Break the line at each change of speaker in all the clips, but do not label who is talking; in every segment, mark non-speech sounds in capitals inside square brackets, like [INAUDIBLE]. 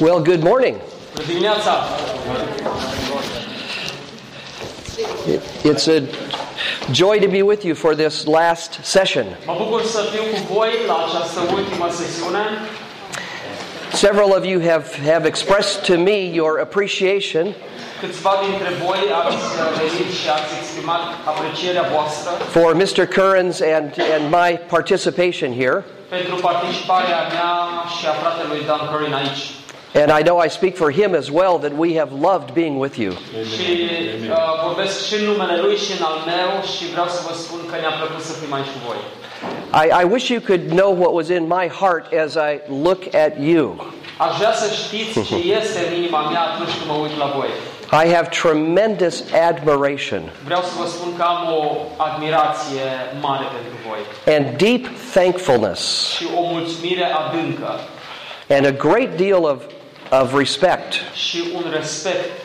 Well, good morning.
Bună dimineața!
It's a joy to be with you for this last session.
Mă bucur să fiu cu voi la această ultimă sesiune.
Several of you have, have expressed to me your appreciation
Câțiva dintre voi ați venit și ați exprimat aprecierea voastră
for Mr. Curran's and, and my participation here.
pentru participarea mea și a fratelui Dan Corin aici.
And I know I speak for him as well that we have loved being with you.
Și uh, vorbesc și în numele lui și în al meu și vreau să vă spun că ne-a plăcut să fim aici cu voi.
I, I wish you could know what was in my heart as I look at you.
Aș vrea să știți ce este în inima mea atunci când mă uit la voi.
I have tremendous admiration
Vreau să vă spun că am o admirație mare pentru voi
and deep thankfulness
și o mulțumire adâncă
and a great deal of, of respect.
și un respect uh,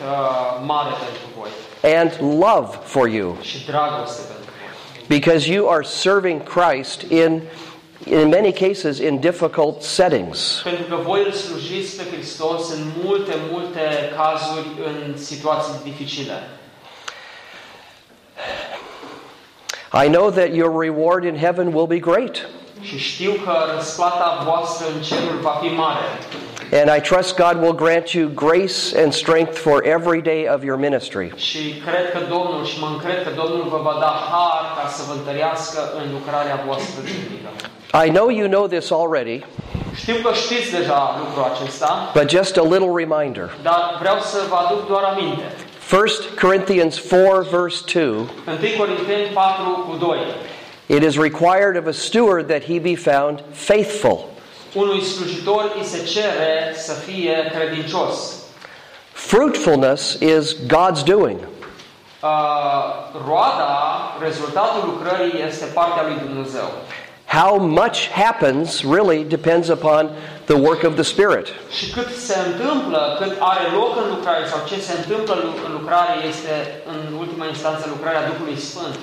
mare pentru voi
and love for you
și dragoste pentru voi.
because you are serving Christ in in many cases in difficult settings.
Pentru că voi îl slujiți pe Hristos în multe, multe cazuri, în situații dificile.
I know that your reward in heaven will be great
Și știu că răsplata voastră în cerul va fi mare.
and I trust God will grant you grace and strength for every day of your ministry.
Și cred că Domnul, și mă încred că Domnul vă va da har ca să vă întărească în lucrarea voastră zilnică.
I know you know this already,
Știu că știți deja lucrul acesta,
but just a little reminder.
dar vreau să vă aduc doar aminte.
1 Corinthians 4 verse 2,
1 Corinteni 4 cu 2.
it is required of a steward that he be found faithful.
Unui slujitor îi se cere să fie credincios.
Fruitfulness is God's doing.
Uh, roada, rezultatul lucrării este partea lui Dumnezeu.
How much happens really depends upon the work of the Spirit.
Și cât se întâmplă, cât are loc în lucrare sau ce se întâmplă lu- în lucrare este în ultima instanță lucrarea Duhului Sfânt.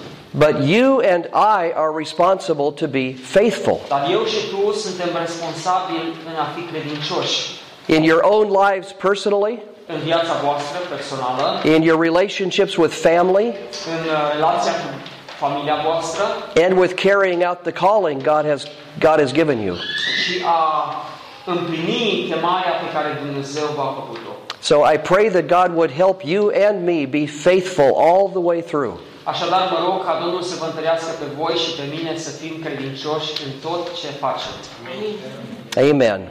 But you and I are responsible to be faithful.
Dar eu și tu suntem responsabili în a fi credincioși
In your own lives personally,
în viața voastră personală,
in your relationships with family,
în uh, relația cu familia voastră
and with carrying out the calling God has, God has given you.
și a împlini chemarea pe care Dumnezeu v-a făcut-o.
So I pray that God would help you and me be faithful all the way through.
Așadar, mă rog ca Domnul să vă întărească pe voi și pe mine să fim credincioși în tot ce facem.
Amen.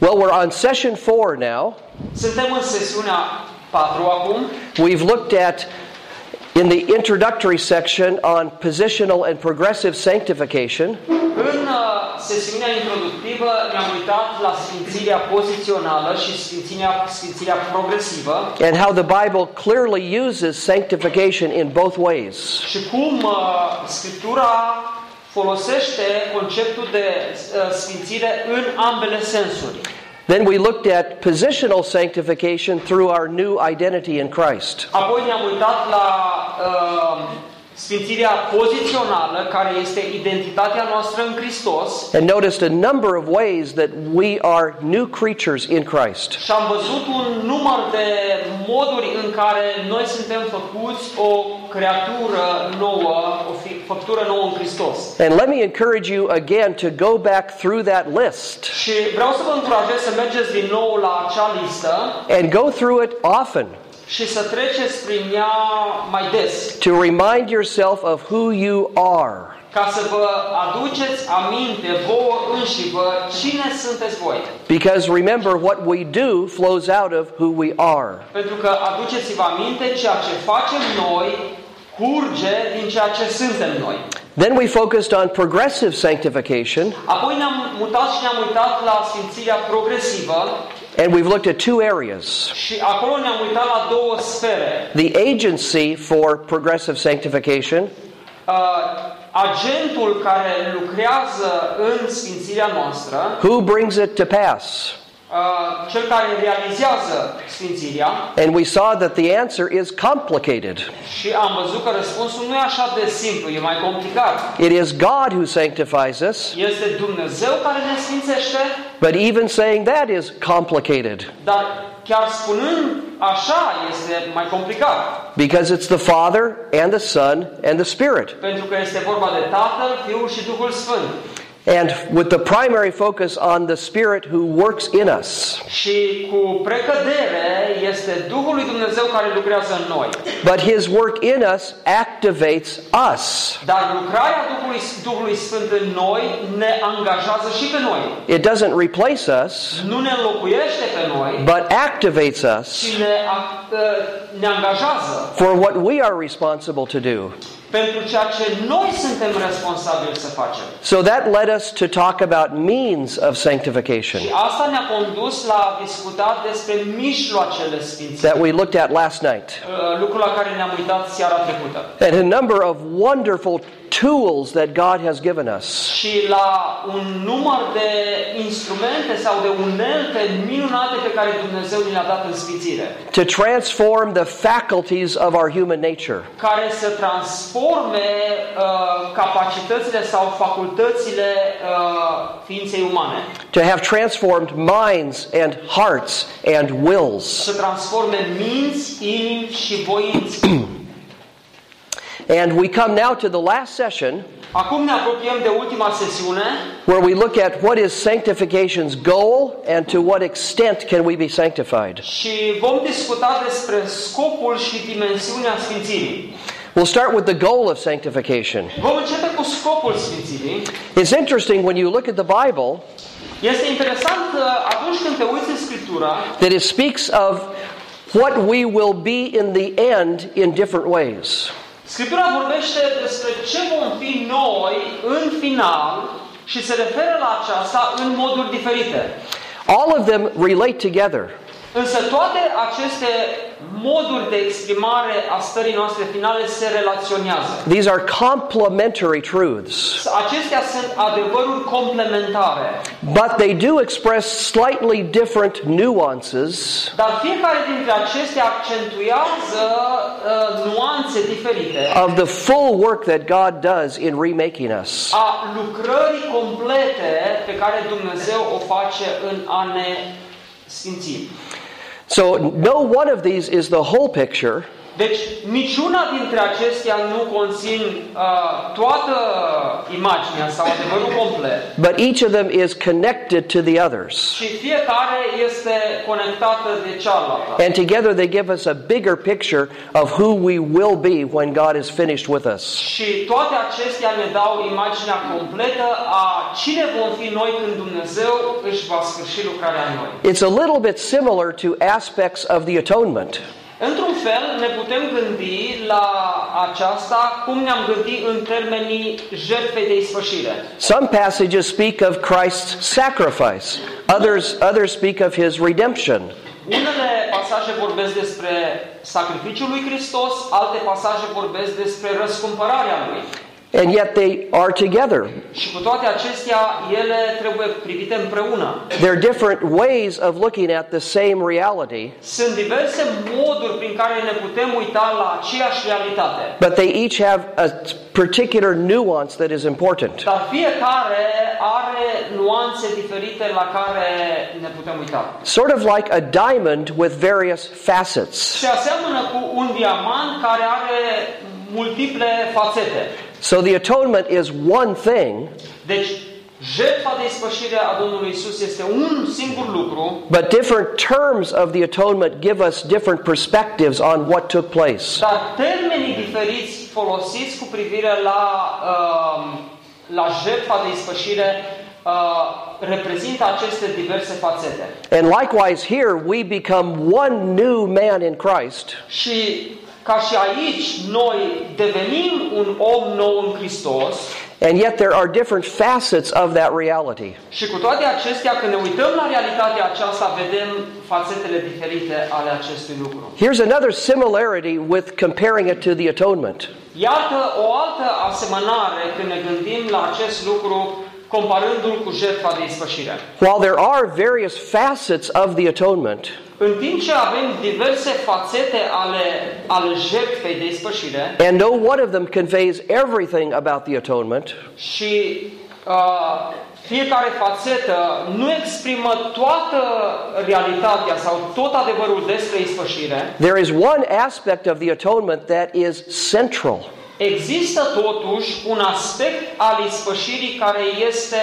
Well, we're on session four now.
Suntem în sesiunea 4 acum.
We've looked at in the introductory section on positional and progressive sanctification,
În uh, sesiunea introductivă ne-am uitat la sfințirea pozițională și sfințirea, sfințirea progresivă
and how the Bible clearly uses sanctification in both ways.
și cum uh, Scriptura folosește conceptul de uh, sfințire în ambele sensuri.
Then we looked at positional sanctification through our new identity in Christ.
Apoi ne-am uitat la uh, sfințirea pozițională, care este identitatea noastră în Hristos,
And noticed a number of ways that we are new creatures in Christ.
și am văzut un număr de moduri în care noi suntem făcuți o creatură nouă, o fi- făptură nouă în Hristos.
And let me encourage you again to go back through that list
Și vreau să vă încurajez să mergeți din nou la acea listă
and go through it often
și să treceți prin ea mai des,
to remind yourself of who you are.
ca să vă aduceți aminte vouă înși vă cine sunteți voi.
Because remember, what we do flows out of who we are.
Pentru că aduceți-vă aminte, ceea ce facem noi curge din ceea ce suntem noi.
Then we focused on progressive sanctification,
Apoi ne-am mutat și ne-am uitat la sfințirea progresivă
and we've looked at two areas
și acolo ne-am uitat la două sfere.
the agency for progressive sanctification
Uh, agentul care lucrează în sfințirea noastră,
who brings it to pass?
uh, cel care realizează sfințirea,
And we saw that the answer is complicated.
și am văzut că răspunsul nu e așa de simplu, e mai complicat.
It is God who sanctifies us,
Este Dumnezeu care ne sfințește,
but even saying that is complicated
dar chiar spunând așa este mai complicat.
because it's the Father and the Son and the Spirit.
Pentru că este vorba de Tatăl, Fiul și Duhul Sfânt.
And with the primary focus on the Spirit who works in us.
Și cu precădere este Duhul lui Dumnezeu care lucrează în noi.
But His work in us activates us.
Dar lucrarea Duhului, Duhului Sfânt în noi ne angajează și pe noi.
It doesn't replace us,
Nu ne înlocuiește pe noi,
but activates us
ci ne, a- ă, ne angajează
for what we are responsible to do.
pentru ceea ce noi suntem responsabili să facem.
So that led us to talk about means of sanctification
Și asta ne-a condus la a discuta despre mijloacele sfințite,
that we looked at last night.
lucrul la care ne-am uitat seara trecută.
and a number of wonderful tools that God has given us.
și la un număr de instrumente sau de unelte minunate pe care Dumnezeu ni le-a dat în sfințire,
To transform the faculties of our human nature.
care să transforme uh, capacitățile sau facultățile uh, ființei umane,
To have transformed minds and hearts and wills.
să transforme minți, inimi și voinți. [CLEARS THROAT]
And we come now to the last session
Acum ne apropiem de ultima sesiune,
where we look at what is sanctification's goal and to what extent can we be sanctified.
și vom discuta despre scopul și dimensiunea sfințirii.
We'll start with the goal of sanctification.
Vom începe cu scopul sfințirii.
It's interesting when you look at the Bible
Este interesant că atunci când te uiți în Scriptura,
that it speaks of what we will be in the end in different ways.
Scriptura vorbește despre ce vom fi noi în final și se referă la aceasta în moduri diferite.
All of them relate together.
Însă toate aceste moduri de exprimare a stării noastre finale se relaționează.
These are complementary truths,
Acestea sunt adevăruri complementare,
but they do express slightly different nuances
dar fiecare dintre acestea accentuează uh, nuanțe diferite
of the full work that God does in remaking us.
a lucrării complete pe care Dumnezeu o face în a ne sfinți.
So, no one of these is the whole picture,
Deci niciuna dintre acestea nu conțin uh, toată imaginea sau adevărul complet,
but each of them is connected to the others.
ci fiecare este conectată de cealaltă.
And together they give us a bigger picture of who we will be when God is finished with us.
Și toate acestea ne dau imaginea completă a cine vom fi noi când Dumnezeu își va sfârși lucrarea în noi.
It's a little bit similar to aspects of the atonement.
Într-un fel, ne putem gândi la aceasta cum ne-am gândit în termenii jertfei de ispășire.
Some passages speak of Christ's sacrifice. Others, others speak of his redemption.
Unele pasaje vorbesc despre sacrificiul lui Hristos, alte pasaje vorbesc despre răscumpărarea lui.
And yet they are together.
Și cu toate acestea, ele trebuie privite împreună.
They're different ways of looking at the same reality,
Sunt diverse moduri prin care ne putem uita la aceeași realitate,
but they each have a particular nuance that is important.
dar fiecare are nuanțe diferite la care ne putem uita.
Sort of like a diamond with various facets.
Și aseamănă cu un diamant care are multiple fațete.
So the atonement is one thing,
Deci, jertfa de ispășire a Domnului Isus este un singur lucru,
but different terms of the atonement give us different perspectives on what took place.
Dar termenii diferiți folosiți cu privire la, uh, la jertfa de ispășire uh, reprezintă aceste diverse fațete.
And likewise, here we become one new man in Christ
Și ca și aici noi devenim un om nou în Hristos
And yet there are different facets of that reality.
și cu toate acestea, când ne uităm la realitatea aceasta, vedem fațetele diferite ale acestui lucru.
Here's another similarity with comparing it to the atonement.
Iată o altă asemănare când ne gândim la acest lucru comparându-l cu jertfa de ispășire.
While there are various facets of the atonement,
În timp ce avem diverse fațete ale, ale jertfei de ispășire
and no one of them conveys everything about the atonement,
și uh, fiecare fațetă nu exprimă toată realitatea sau tot adevărul despre ispășire,
there is one aspect of the atonement that is central.
există totuși un aspect al ispășirii care este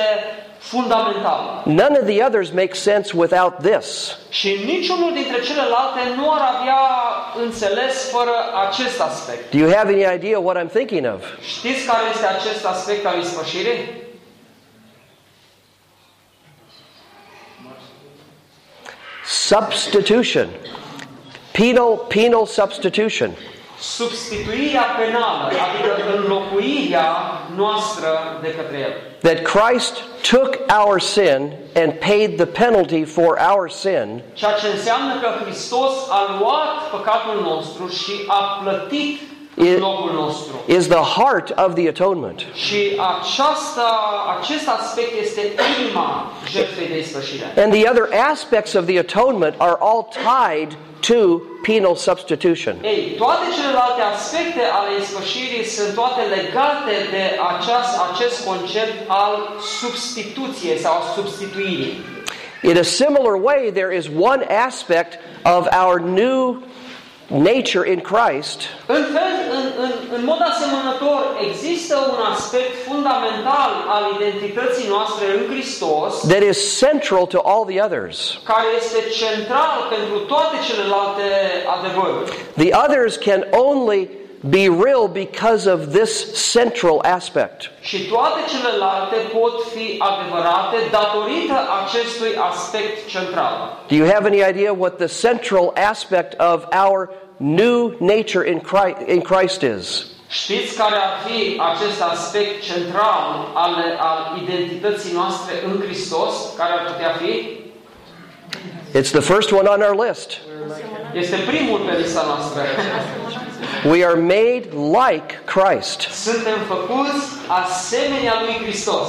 fundamental.
None of the others make sense without this.
Și niciunul dintre celelalte nu ar avea înțeles fără acest aspect.
Do you have any idea what I'm thinking of?
Știți care este acest aspect al ispășirii?
Substitution. Penal penal substitution.
Substituirea penală, adică înlocuirea noastră de către El.
That Christ took our sin and paid the penalty for our sin
Ceea ce înseamnă că Hristos a luat păcatul nostru și a plătit
E-
în locul nostru.
is the heart of the atonement.
Și aceasta, acest aspect este inima jertfei de ispășire.
And the other aspects of the atonement are all tied to penal substitution.
Ei, toate celelalte aspecte ale ispășirii sunt toate legate de aceast, acest concept al substituției sau a substituirii.
In a similar way, there is one aspect of our new nature in Christ
În, fel, în, în, în mod asemănător, există un aspect fundamental al identității noastre în Hristos,
that is central to all the others.
care este central pentru toate celelalte adevăruri.
The others can only be real because of this central aspect.
Și toate celelalte pot fi adevărate datorită acestui aspect central.
Do you have any idea what the central aspect of our new nature in Christ, in Christ is?
Știți care ar fi acest aspect central al, al identității noastre în Hristos? Care ar putea fi?
It's the first one on our list.
Este primul pe lista noastră.
We are made like Christ.
Suntem făcuți asemenea lui Hristos.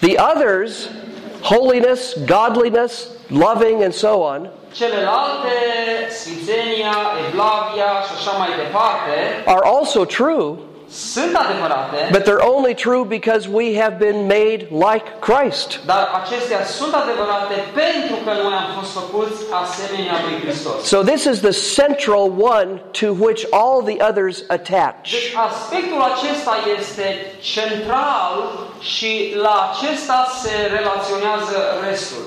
The others, holiness, godliness, loving, and so on,
Celelalte, sfințenia, evlavia și așa mai departe,
are also true,
sunt adevărate,
but they're only true because we have been made like Christ.
dar acestea sunt adevărate pentru că noi am fost făcuți asemenea lui Hristos.
So, this is the central one to which all the others attach.
Deci aspectul acesta este central și la acesta se relaționează restul.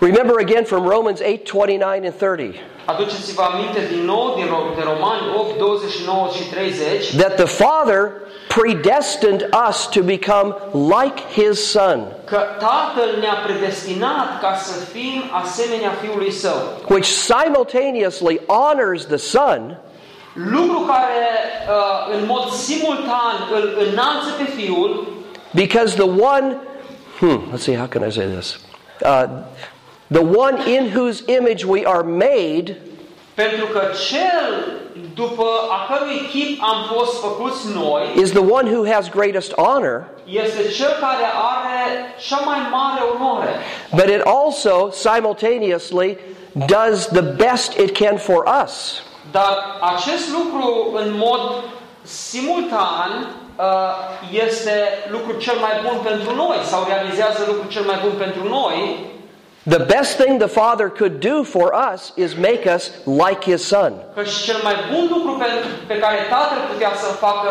Remember again from Romans 8 29 and 30
Aduceți-vă aminte din nou din Ro- de Romani 8, 29 și 30
that the Father predestined us to become like His Son,
că Tatăl ne-a predestinat ca să fim asemenea Fiului Său.
which simultaneously honors the Son.
Lucru care uh, în mod simultan îl înalță pe Fiul,
Because the one, hmm, let's see, how can I say this? Uh, the one in whose image we are made
pentru că Cel după a cărui chip am fost făcuți noi,
is the one who has greatest honor,
este Cel care are cea mai mare onoare.
but it also simultaneously does the best it can for us.
Dar acest lucru în mod simultan uh, este lucru cel mai bun pentru noi sau realizează lucrul cel mai bun pentru noi
The best thing the Father could do for us is make us like His Son.
Că și cel mai bun lucru pe, pe care Tatăl putea să-l facă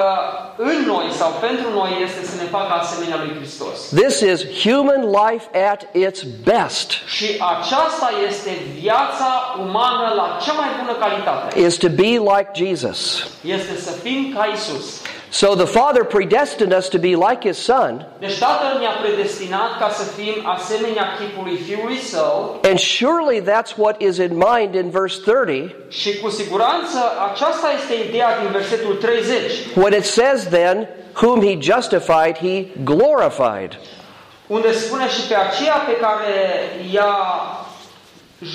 în noi sau pentru noi este să ne facă asemenea lui Hristos.
This is human life at its best,
Și aceasta este viața umană la cea mai bună calitate.
is to be like Jesus.
Este să fim ca Isus.
So the Father predestined us to be like His Son
Deci Tatăl ne-a predestinat ca să fim asemenea chipului Fiului Său
And surely that's what is in mind in verse 30
și cu siguranță aceasta este ideea din versetul 30.
when it says, then, whom he justified, he glorified.
unde spune și pe aceea pe care i-a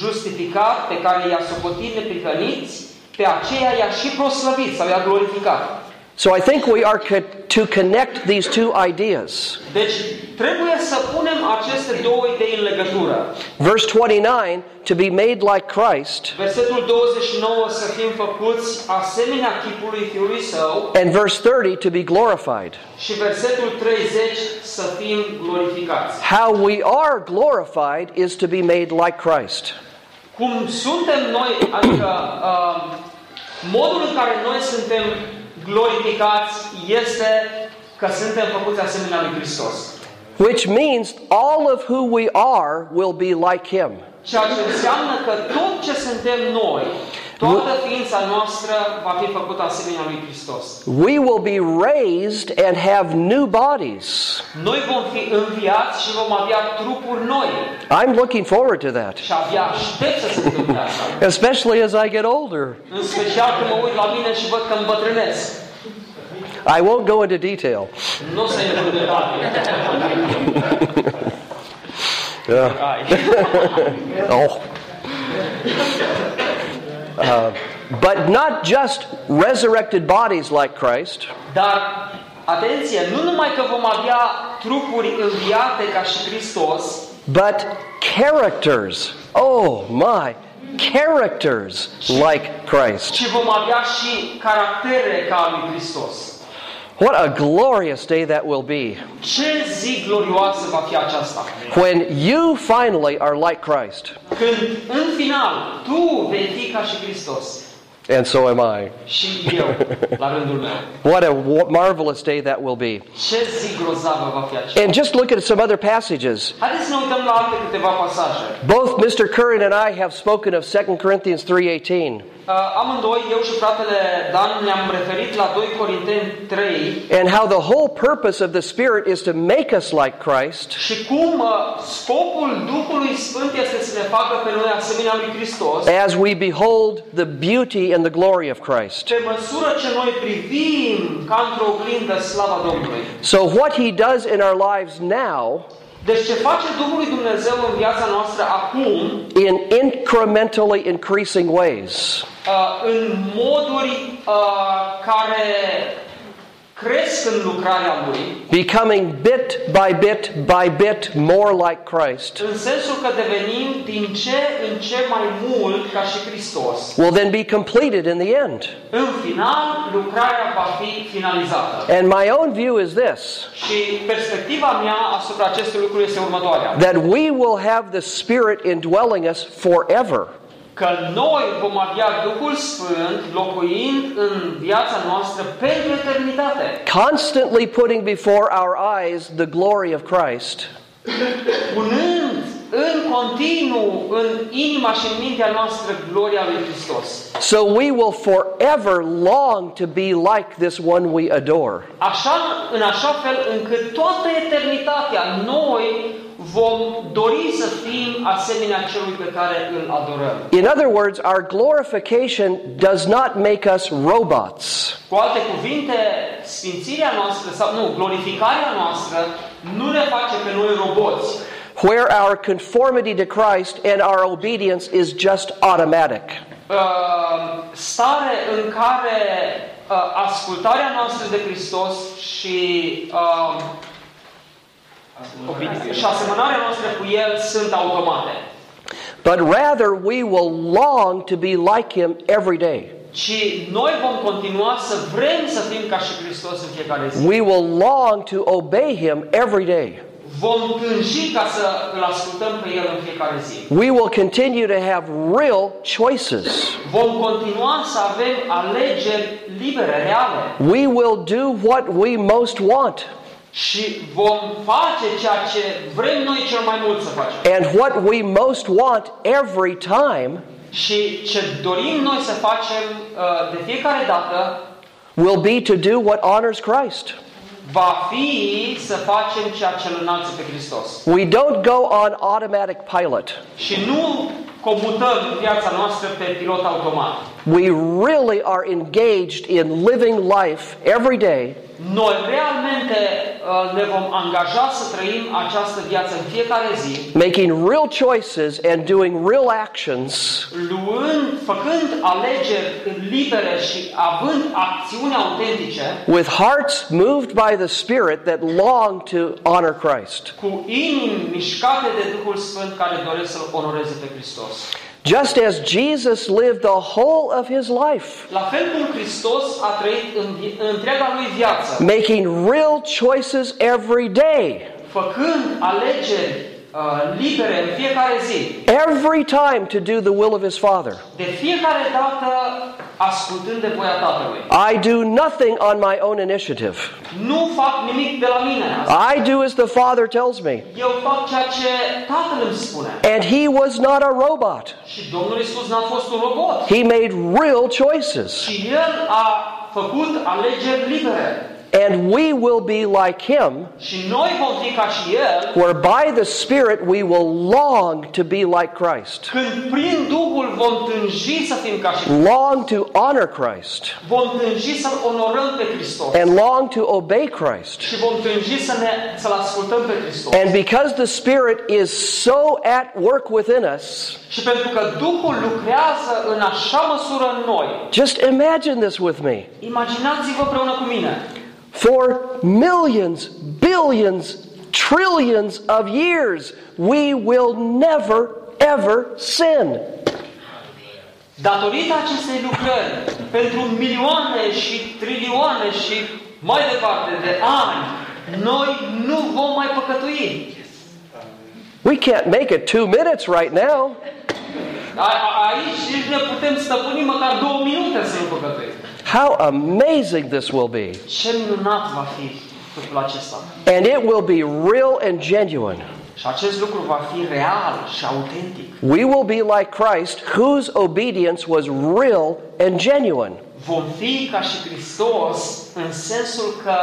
justificat, pe care i-a socotit neprihăniți, pe aceea i-a și proslăvit sau i-a glorificat.
So I think we are co- to connect these two ideas.
Deci trebuie să punem aceste două idei în legătură.
Verse 29 to be made like Christ,
Versetul 29 să fim făcuți asemenea chipului Fiului Său
and verse 30 to be glorified.
și versetul 30 să fim glorificați.
How we are glorified is to be made like Christ.
Cum suntem noi, adică uh, modul în care noi suntem glorificați este că suntem făcuți asemenea lui Hristos.
Which means all of who we are will be like him.
Ceea ce înseamnă că tot ce suntem noi, toată ființa noastră va fi făcută asemenea lui Hristos.
We will be raised and have new bodies.
Noi vom fi înviați și vom avea trupuri noi
I'm looking forward to that,
și abia aștept să se întâmple asta.
especially as I get older.
În special când mă uit la mine și văd că îmbătrânesc.
I won't go into detail.
Nu se întâmplă
Yeah. Oh. Uh, but not just resurrected bodies like Christ,
Dar, atenție, nu numai că vom avea trupuri înviate ca și Hristos,
but characters. Oh my, characters like Christ.
ci vom avea și caractere ca al lui Hristos.
What a glorious day that will be
Ce zi glorioasă va fi aceasta?
when you finally are like Christ,
Când, în final, tu vei fi ca și Hristos
and so am I.
și eu, la rândul meu.
What a wa- marvelous day that will be.
Ce zi grozavă va fi aceasta?
And just look at some other passages.
Haideți să ne uităm la alte câteva pasaje.
Both Mr. Curran and I have spoken of 2 Corinthians 3:18
Uh, amândoi, eu și fratele Dan, ne-am referit la 2 Corinteni 3,
and how the whole purpose of the Spirit is to make us like Christ
Și cum uh, scopul Duhului Sfânt este să ne facă pe noi asemenea lui Hristos,
as we behold the beauty and the glory of Christ.
pe măsură ce noi privim ca într-o oglindă slava Domnului.
So what he does in our lives now
Deci ce face Duhul lui Dumnezeu în viața noastră acum,
in incrementally increasing ways.
uh, în moduri uh, care cresc în lucrarea Lui,
Becoming bit by bit by bit more like Christ
în sensul că devenim din ce în ce mai mult ca și Hristos.
will then be completed in the end.
În final, lucrarea va fi finalizată.
And my own view is this
Și perspectiva mea asupra acestui lucru este următoarea.
that we will have the Spirit indwelling us forever.
Că noi vom avea Duhul Sfânt locuind în viața noastră pentru eternitate.
constantly putting before our eyes the glory of Christ,
Punând în continuu în inima și în mintea noastră gloria lui Hristos.
so we will forever long to be like this one we adore.
Așa, în așa fel încât toată eternitatea noi vom dori să fim asemenea celui pe care îl adorăm.
In other words, our glorification does not make us robots,
Cu alte cuvinte, sfințirea noastră, sau nu, glorificarea noastră, nu ne face pe noi roboți,
where our conformity to Christ and our obedience is just automatic.
Uh, stare în care uh, ascultarea noastră de Hristos și uh, și asemănarea noastră cu El sunt automate,
But rather, we will long to be like Him every day.
ci noi vom continua să vrem să fim ca și Hristos în fiecare zi.
We will long to obey Him every day.
Vom tânji ca să îl ascultăm pe El în fiecare zi.
We will continue to have real choices.
Vom continua să avem alegeri libere, reale
We will do what we most want
și vom face ceea ce vrem noi cel mai mult să facem.
and what we most want every time
Și ce dorim noi să facem uh, de fiecare dată
will be to do what honors Christ.
va fi să facem ceea ce îl înalță pe Hristos.
We don't go on automatic pilot.
Și nu comutăm viața noastră pe pilot automat.
We really are engaged in living life every day
Noi realmente uh, ne vom angaja să trăim această viață în fiecare zi,
making real choices and doing real actions
luând, făcând alegeri libere și având acțiuni autentice,
with hearts moved by the Spirit that long to honor Christ.
cu inimi mișcate de Duhul Sfânt care doresc să-L onoreze pe Hristos.
Just as Jesus lived the whole of his life,
La fel cum Hristos a trăit în vi- întreaga lui viață,
making real choices every day,
făcând alegeri uh, libere în fiecare zi,
every time to do the will of his Father.
de fiecare dată ascultând de voia Tatălui.
I do nothing on my own initiative.
Nu fac nimic de la mine.
I do as the Father tells me.
Eu fac ceea ce Tatăl îmi spune.
And he was not a robot.
Și Domnul Isus n-a fost un robot.
He made real choices.
Și El a făcut alegeri libere.
And we will be like him,
Și noi vom fi ca și El
where by the Spirit we will long to be like Christ,
când prin Duhul vom tânji să fim ca și
long to honor Christ,
Vom tânji să-L onorăm pe Hristos.
and long to obey Christ.
Și vom tânji să ne, să-L ascultăm pe Hristos.
And because the Spirit is so at work within us,
Și pentru că Duhul lucrează în așa măsură în noi.
just imagine this with me.
Imaginați-vă împreună cu mine.
For millions, billions, trillions of years, we will never, ever sin.
Datorită acestei lucrări, pentru milioane și trilioane și mai departe de ani, noi nu vom mai păcătui.
We can't make it two minutes right now.
A, a, aici nici ne putem stăpâni măcar două minute să nu păcătuim.
How amazing this will be.
Ce minunat va fi lucrul acesta.
And it will be real and genuine.
Și acest lucru va fi real și autentic.
We will be like Christ, whose obedience was real and genuine.
Vom fi ca și Hristos în sensul că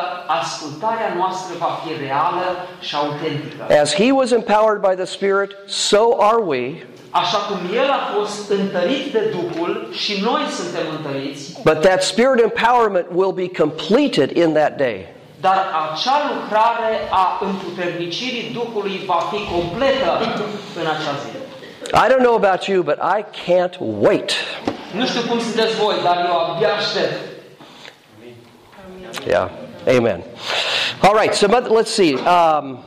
ascultarea noastră va fi reală și autentică.
As he was empowered by the Spirit, so are we.
Așa cum El a fost întărit de Duhul și noi suntem întăriți,
But that Spirit empowerment will be completed in that day.
Dar acea lucrare a împuternicirii Duhului va fi completă în acea zi.
I don't know about you, but I can't wait.
Nu știu cum sunteți voi, dar eu abia aștept.
Yeah, amen. All right, so but let's see. Um,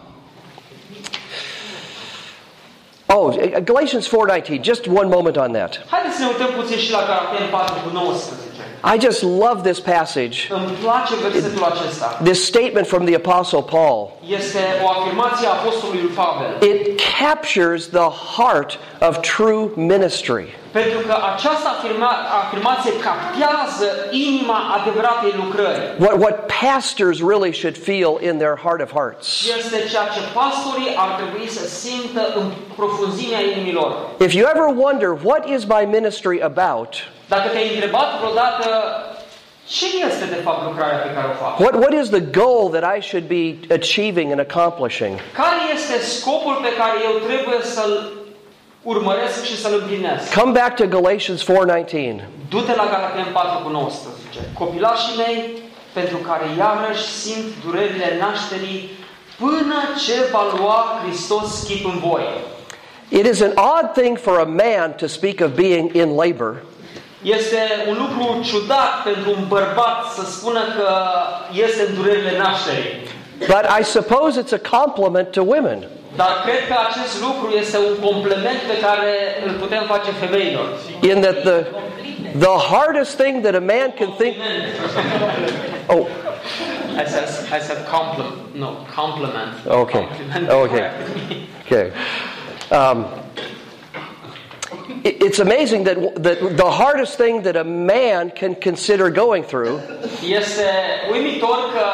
oh, Galatians four nineteen. Just one moment on that.
Haideți să ne uităm puțin și la Galaten 4 cu 19.
I just love this passage.
Îmi place versetul acesta.
This statement from the Apostle Paul.
Este o afirmație a Apostolului Pavel.
It captures the heart of true ministry.
Pentru că această afirma- afirmație captează inima adevăratei lucrări.
What what pastors really should feel in their heart of hearts.
Este ceea ce pastorii ar trebui să simtă în profunzimea inimilor.
If you ever wonder what is my ministry about,
Dacă te-ai întrebat vreodată ce este de fapt lucrarea pe care o fac?
What, what is the goal that I should be achieving and accomplishing?
Care este scopul pe care eu trebuie să-l urmăresc și să-l împlinesc?
Come back to Galatians 4:19.
Du-te la Galaten 4 cu 19. Copilașii mei, pentru care iarăși simt durerile nașterii, până ce va lua Hristos chip în voi.
It is an odd thing for a man to speak of being in labor,
Este un lucru ciudat pentru un bărbat să spună că este în durerile nașterii.
but I suppose it's a compliment to women.
Dar cred că acest lucru este un complement pe care îl putem face femeilor.
In that the the hardest thing that a man can think Oh,
I said, I said compliment. No, compliment.
okay.
Compliment.
Okay. Okay. Um, it- it's amazing that, that the hardest thing that a man can consider going through
Este uimitor că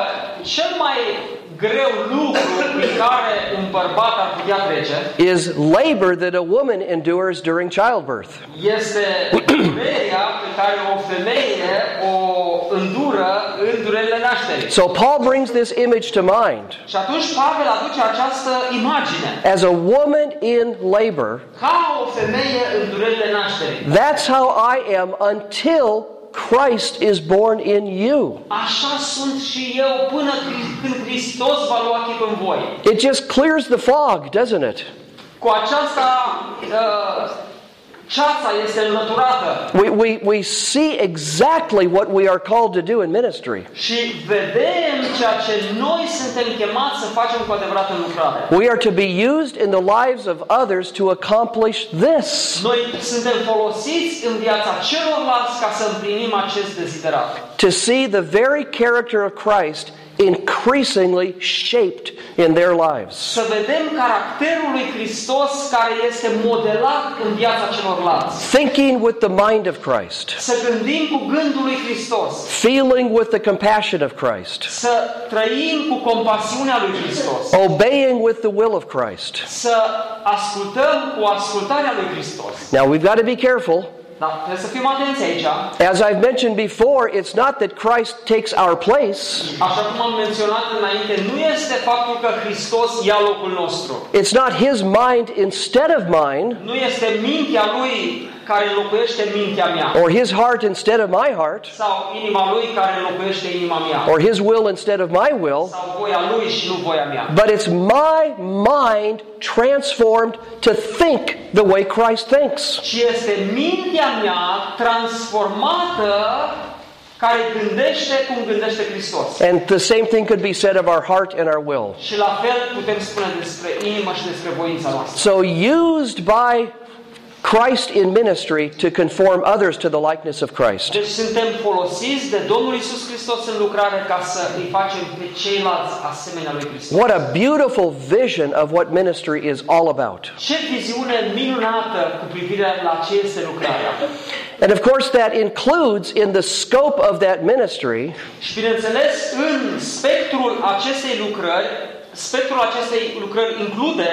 cel mai greu lucru prin care un bărbat ar putea trece
is labor that a woman endures during childbirth.
este durerea pe care o femeie o îndură în durerile nașterii.
So Paul brings this image to mind.
Și atunci Pavel aduce această imagine
As a woman in labor,
ca o femeie în durerile nașterii.
that's how I am until Christ is born in you.
Așa sunt și eu până cri- când Hristos va lua chip în voi.
It just clears the fog, doesn't it?
Cu aceasta uh, ceața este înlăturată
We, we, we see exactly what we are called to do in ministry.
și vedem ceea ce noi suntem chemați să facem cu adevărat în lucrare.
We are to be used in the lives of others to accomplish this,
Noi suntem folosiți în viața celorlalți ca să împlinim acest deziderat.
to see the very character of Christ increasingly shaped in their lives.
Să vedem caracterul lui Hristos care este modelat în viața celorlalți.
Thinking with the mind of Christ,
Să gândim cu gândul lui Hristos.
feeling with the compassion of Christ,
Să trăim cu compasiunea lui Hristos.
obeying with the will of Christ.
Să ascultăm cu ascultarea lui Hristos.
Now we've got to be careful.
Dar trebuie să fim atenți aici.
As I've mentioned before, it's not that Christ takes our place.
Așa cum am menționat înainte, nu este faptul că Hristos ia locul nostru.
It's not his mind instead of mine,
Nu este mintea lui care locuiește mintea mea.
or his heart instead of my heart,
Sau inima lui care locuiește inima mea.
or his will instead of my will.
Sau voia lui și nu voia mea.
But it's my mind transformed to think the way Christ thinks.
Ci este mintea mea transformată care gândește cum gândește Hristos.
And the same thing could be said of our heart and our will.
Și la fel putem spune despre inimă și despre voința noastră.
So, used by Christ in ministry to conform others to the likeness of Christ.
Deci suntem folosiți de Domnul Isus Hristos în lucrare ca să îi facem pe ceilalți asemenea lui Hristos.
What a beautiful vision of what ministry is all about.
Ce viziune minunată cu privire la ce este lucrarea.
And of course, that includes in the scope of that ministry
Și bineînțeles, în spectrul acestei lucrări, spectrul acestei lucrări include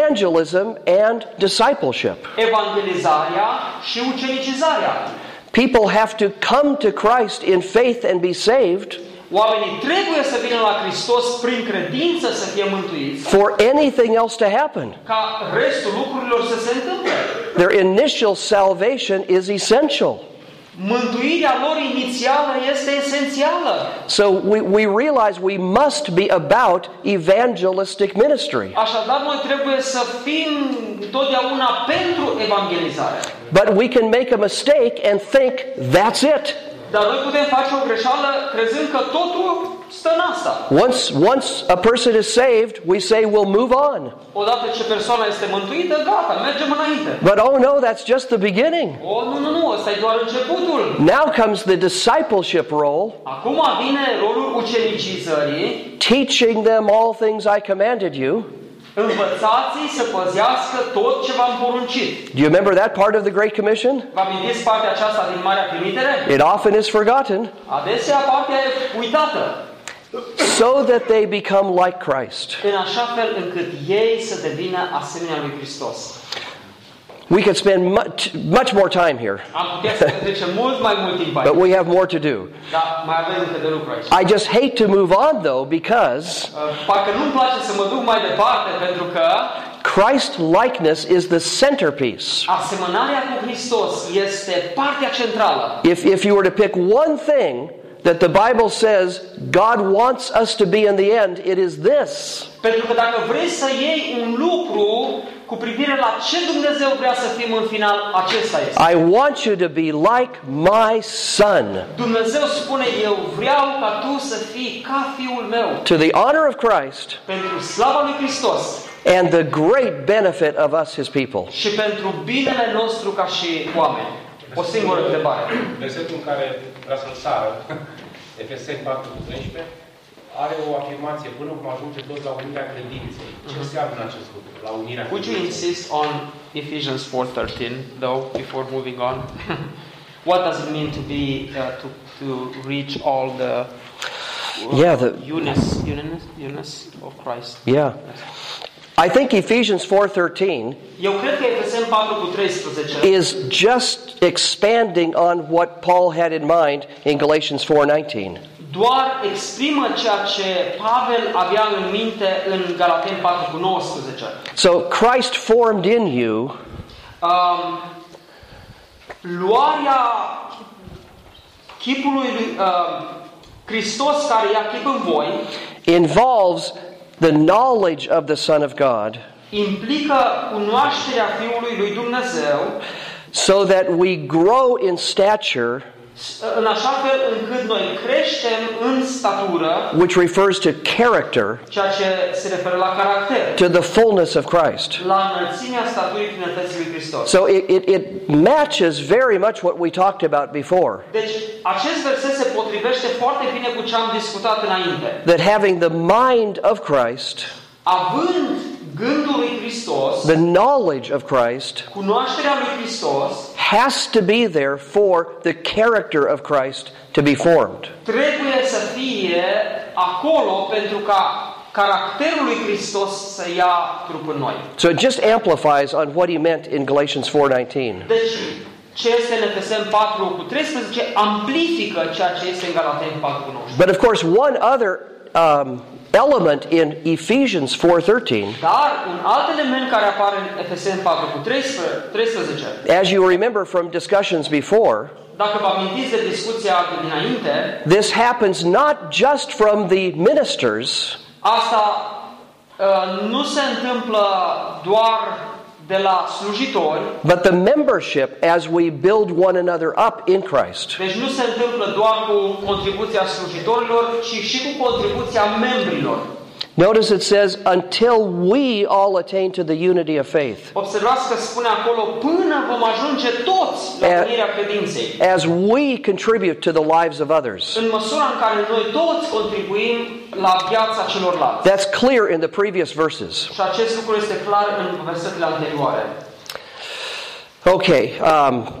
evangelism and discipleship.
evangelizarea și ucenicizarea.
People have to come to Christ in faith and be saved
Oamenii trebuie să vină la Hristos prin credință să fie mântuiți
for anything else to happen.
ca restul lucrurilor să se întâmple.
Their initial salvation is essential.
Mântuirea lor inițială este esențială.
So we, we realize we must be about evangelistic ministry.
Așadar, noi trebuie să fim totdeauna pentru evangelizare.
But we can make a mistake and think that's it.
Dar noi putem face o greșeală crezând că totul stă în asta.
Once, once a person is saved, we say we'll move on.
Odată ce persoana este mântuită, gata, mergem înainte.
But oh no, that's just the beginning.
O, nu, nu, nu, ăsta e doar începutul.
Now comes the discipleship role,
Acum vine rolul ucenicizării.
teaching them all things I commanded you.
Învățați-i să păzească tot ce v-am poruncit.
Do you remember that part of the Great Commission?
Vă amintiți partea aceasta din Marea Trimitere?
It often is forgotten.
Adesea partea e uitată.
So that they become like Christ.
în așa fel încât ei să devină asemenea lui Hristos.
We could spend much, much more time here,
Am putea să petrecem mult mai mult timp aici,
but we have more to do.
dar mai avem încă de lucru aici.
I just hate to move on though because
Uh, Parcă nu-mi place să mă duc mai departe, pentru că
Christ likeness is the centerpiece.
asemănarea cu Hristos este partea centrală.
If, if you were to pick one thing that the Bible says God wants us to be in the end, it is this.
Pentru că dacă vrei să iei un lucru cu privire la ce Dumnezeu vrea să fim în final, acesta este.
I want you to be like my son.
Dumnezeu spune, eu vreau ca tu să fii ca fiul meu.
To the honor of Christ
Pentru slava lui Hristos
and the great benefit of us, his people.
și pentru binele nostru ca și oameni. O singură întrebare.
Versetul în care vrea să-l sară, [LAUGHS] Efeseni 4 cu 13, are o afirmație până cum ajunge tot la unirea credinței. Ce înseamnă acest lucru? La unirea
Would you
credinței.
insist on Ephesians 4:13 though before moving on? [LAUGHS] what does it mean to be uh, to to reach all the
Yeah, the-
Eunice, Eunice, Eunice of Christ.
Yeah. I think Ephesians 4:13
Eu cred că Efeseni 4 cu 13
is just expanding on what Paul had in mind in Galatians 4:19.
doar exprimă ceea ce Pavel avea în minte în Galaten 4 cu 19.
So Christ formed in you
Um, luarea chipului lui um, Hristos care ia chip în voi
involves the knowledge of the Son of God
implică cunoașterea Fiului lui Dumnezeu
so that we grow in stature,
în așa fel încât noi creștem în statură,
which refers to character,
ceea ce se referă la caracter,
to the fullness of Christ.
la înălțimea staturii plinătății lui Hristos.
So it, it, it matches very much what we talked about before.
Deci, acest verset se potrivește foarte bine cu ce am discutat înainte.
That having the mind of Christ,
Având gândul lui Hristos,
the knowledge of Christ,
cunoașterea lui Hristos
has to be there for the character of Christ to be formed.
trebuie să fie acolo pentru ca caracterul lui Hristos să ia trup în noi.
So it just amplifies on what he meant in Galatians 4:19.
Deci, ce este în Efeseni 4 cu 13 amplifică ceea ce este în Galateni 4 cu 19.
But of course, one other um, element in Ephesians 4:13,
Dar un alt element care apare în Efeseni 4 cu 13, 13
as you remember from discussions before,
dacă vă amintiți de discuția de dinainte,
this happens not just from the ministers,
asta uh, nu se întâmplă doar de la slujitori,
but the membership as we build one another up in Christ.
deci nu se întâmplă doar cu contribuția slujitorilor, ci și cu contribuția membrilor.
Notice it says, until we all attain to the unity of faith.
Observați că spune acolo, până vom ajunge toți la
E-
unirea credinței.
as we contribute to the lives of others.
În măsura în care noi toți contribuim la viața celorlalți.
That's clear in the previous verses.
Și acest lucru este clar în versetele anterioare.
Okay, um,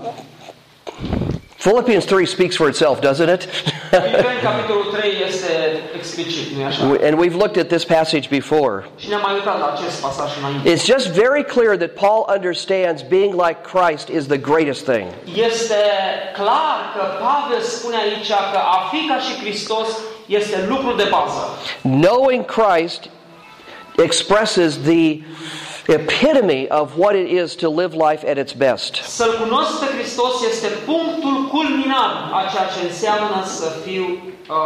Philippians 3 speaks for itself, doesn't it? [LAUGHS]
Filipeni, capitolul 3, este explicit, nu-i așa?
and we've looked at this passage before.
Și ne-am mai uitat la acest pasaj înainte.
It's just very clear that Paul understands being like Christ is the greatest thing.
Este clar că Pavel spune aici că a fi ca și Hristos este lucru de bază.
Knowing Christ expresses the epitome of what it is to live life at its best.
Să-L cunosc pe Hristos este punctul culminant a ceea ce înseamnă să fiu uh,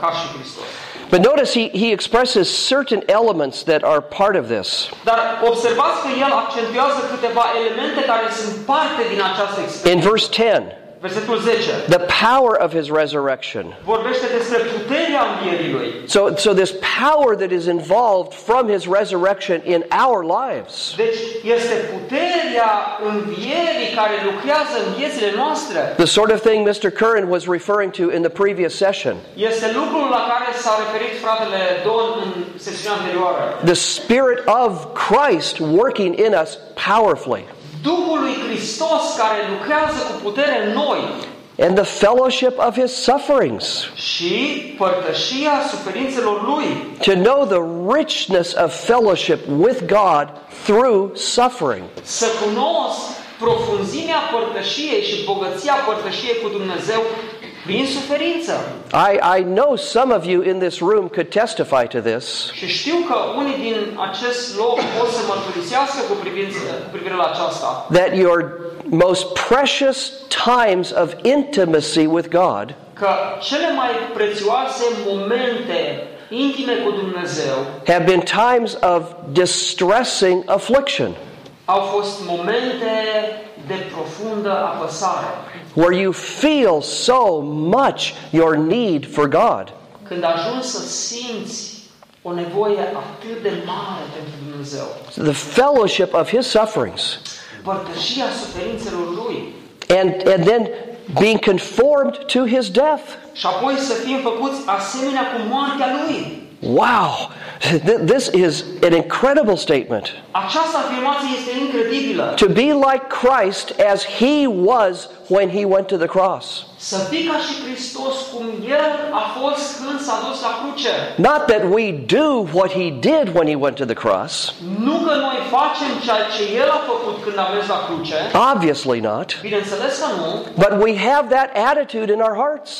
ca și Hristos.
But notice he, he expresses certain elements that are part of this.
Dar observați că el accentuează câteva elemente care sunt parte din această experiență.
In verse 10,
Versetul 10
the power of his resurrection.
vorbește despre puterea învierii lui.
So, so this power that is involved from his resurrection in our lives.
Deci este puterea învierii care lucrează în viețile noastre.
The sort of thing Mr. Curran was referring to in the previous session.
Este lucrul la care s-a referit fratele Don în sesiunea anterioară.
The Spirit of Christ working in us powerfully.
Duhul lui Hristos care lucrează cu putere în noi
And the fellowship of his sufferings.
și părtășia suferințelor lui.
To know the richness of fellowship with God through suffering.
Să cunosc profunzimea părtășiei și bogăția părtășiei cu Dumnezeu prin suferință.
I, I know some of you in this room could testify to this.
Și știu că unii din acest loc pot să mărturisească cu, privință, cu privire la aceasta.
that your most precious times of intimacy with God
Că cele mai prețioase momente intime cu Dumnezeu
have been times of distressing affliction,
au fost momente de profundă apăsare.
where you feel so much your need for God.
Când ajungi să simți o nevoie atât de mare pentru Dumnezeu,
The fellowship of His sufferings,
părtășia suferințelor Lui
and, and then being conformed to His death.
și apoi să fim făcuți asemenea cu moartea Lui.
Wow, Th- this is an incredible statement.
Această afirmație este incredibilă.
To be like Christ as he was when he went to the cross.
Să fii ca și Hristos cum El a fost când s-a dus la cruce.
Not that we do what he did when he went to the cross,
Nu că noi facem ceea ce El a făcut când a mers la cruce.
obviously not,
Bineînțeles că nu,
but we have that attitude in our hearts.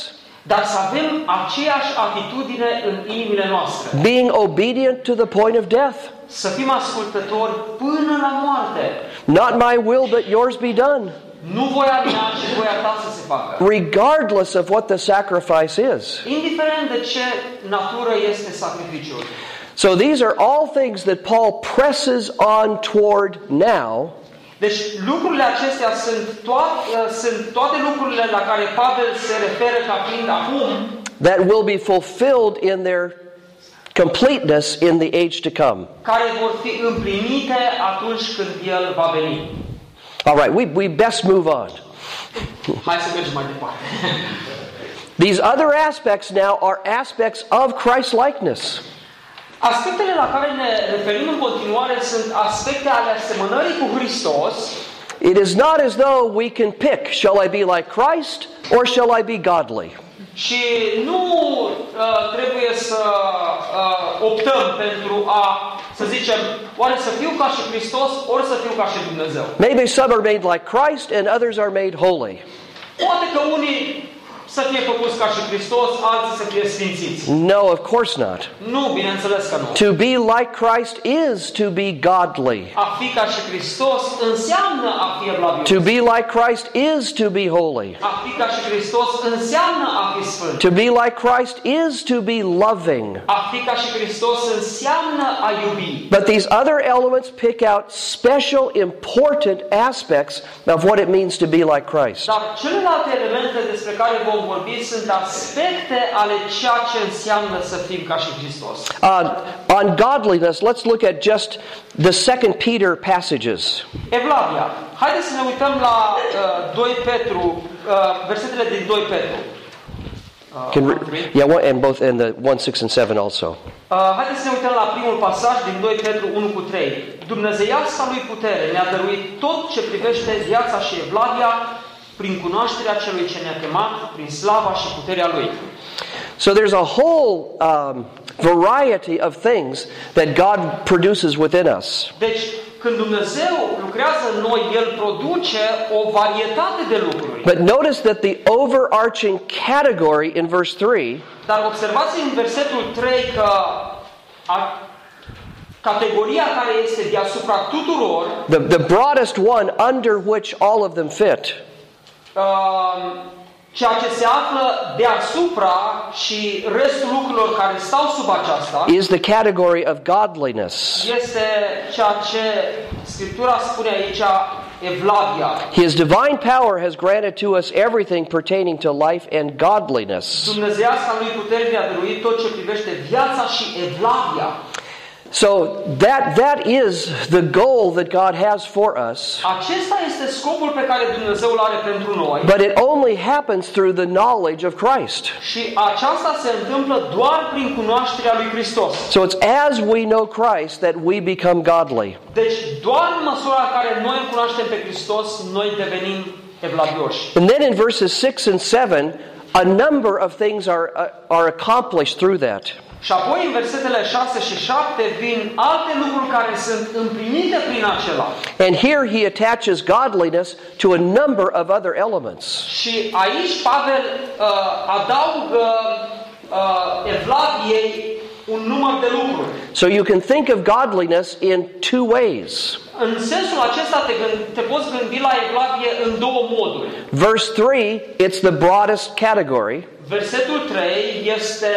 dar să avem aceeași atitudine în inimile noastre.
Being obedient to the point of death.
Să fim ascultători până la moarte.
Not my will, but yours be done,
Nu voia mea, ci voia ta să se facă.
regardless of what the sacrifice is.
Indiferent de ce natură este sacrificiul.
So these are all things that Paul presses on toward now
Deci lucrurile acestea sunt toate, sunt toate lucrurile la care Pavel se referă ca fiind acum,
that will be fulfilled in their completeness in the age to come.
care vor fi împlinite atunci când El va veni.
All right, we, we best move on.
Hai să mergem mai departe.
These other aspects now are aspects of Christ likeness.
Aspectele la care ne referim în continuare sunt aspecte ale asemănării cu Hristos,
It is not as though we can pick, shall I be like Christ or shall I be godly?
Și nu uh, trebuie să uh, optăm pentru a, să zicem, oare să fiu ca și Hristos, ori să fiu ca și Dumnezeu.
Maybe some are made like Christ and others are made holy.
Poate că unii să fie făcuți ca și Hristos, alții să fie sfințiți.
No, of course not.
Nu, bineînțeles că nu.
To be like Christ is to be godly.
A fi ca și Hristos înseamnă a fi evlavios.
To be like Christ is to be holy.
A fi ca și Hristos înseamnă a fi sfânt.
To be like Christ is to be loving.
A fi ca și Hristos înseamnă a iubi.
But these other elements pick out special important aspects of what it means to be like Christ.
Dar celelalte elemente despre care vom vorbi sunt aspecte ale ceea ce înseamnă să fim ca și Hristos.
Uh, on godliness, let's look at just the second Peter passages.
Evlavia. Haideți să ne uităm la uh, 2 Petru, uh, versetele din 2 Petru.
Can re- yeah, one, and both in the one, six, and seven also.
Uh, haideți să ne uităm la primul pasaj din 2 Petru 1 cu 3. Dumnezeiasca lui putere ne-a dăruit tot ce privește viața și evlavia prin cunoașterea celui ce ne-a chemat, prin slava și puterea lui.
So there's a whole um, variety of things that God produces within us.
Deci, când Dumnezeu lucrează în noi, El produce o varietate de lucruri.
But notice that the overarching category in verse 3
Dar observați în versetul 3 că a, categoria care este deasupra tuturor,
The, the broadest one under which all of them fit
uh, ceea ce se află deasupra și restul lucrurilor care stau sub aceasta,
is the category of godliness,
este ceea ce Scriptura spune aici Evlavia.
His divine power has granted to us everything pertaining to life and godliness.
Dumnezeiasca lui putere ne-a dăruit tot ce privește viața și Evlavia.
So that that is the goal that God has for us,
Acesta este scopul pe care Dumnezeu îl are pentru noi
but it only happens through the knowledge of Christ.
și aceasta se întâmplă doar prin cunoașterea lui Hristos.
So it's as we know Christ that we become godly.
Deci doar în măsura în care noi îl cunoaștem pe Hristos, noi devenim evlavioși.
And then in verses 6 and 7, a number of things are, uh, are accomplished through that.
Și apoi în versetele 6 și 7 vin alte lucruri care sunt împlinite prin acela.
And here he attaches godliness to a number of other elements.
Și aici Pavel uh, adaugă uh, evlaviei un număr de lucruri.
So you can think of godliness in two ways.
În sensul acesta te, gând, te poți gândi la evlavie în două moduri.
Verse 3, it's the broadest category,
Versetul 3 este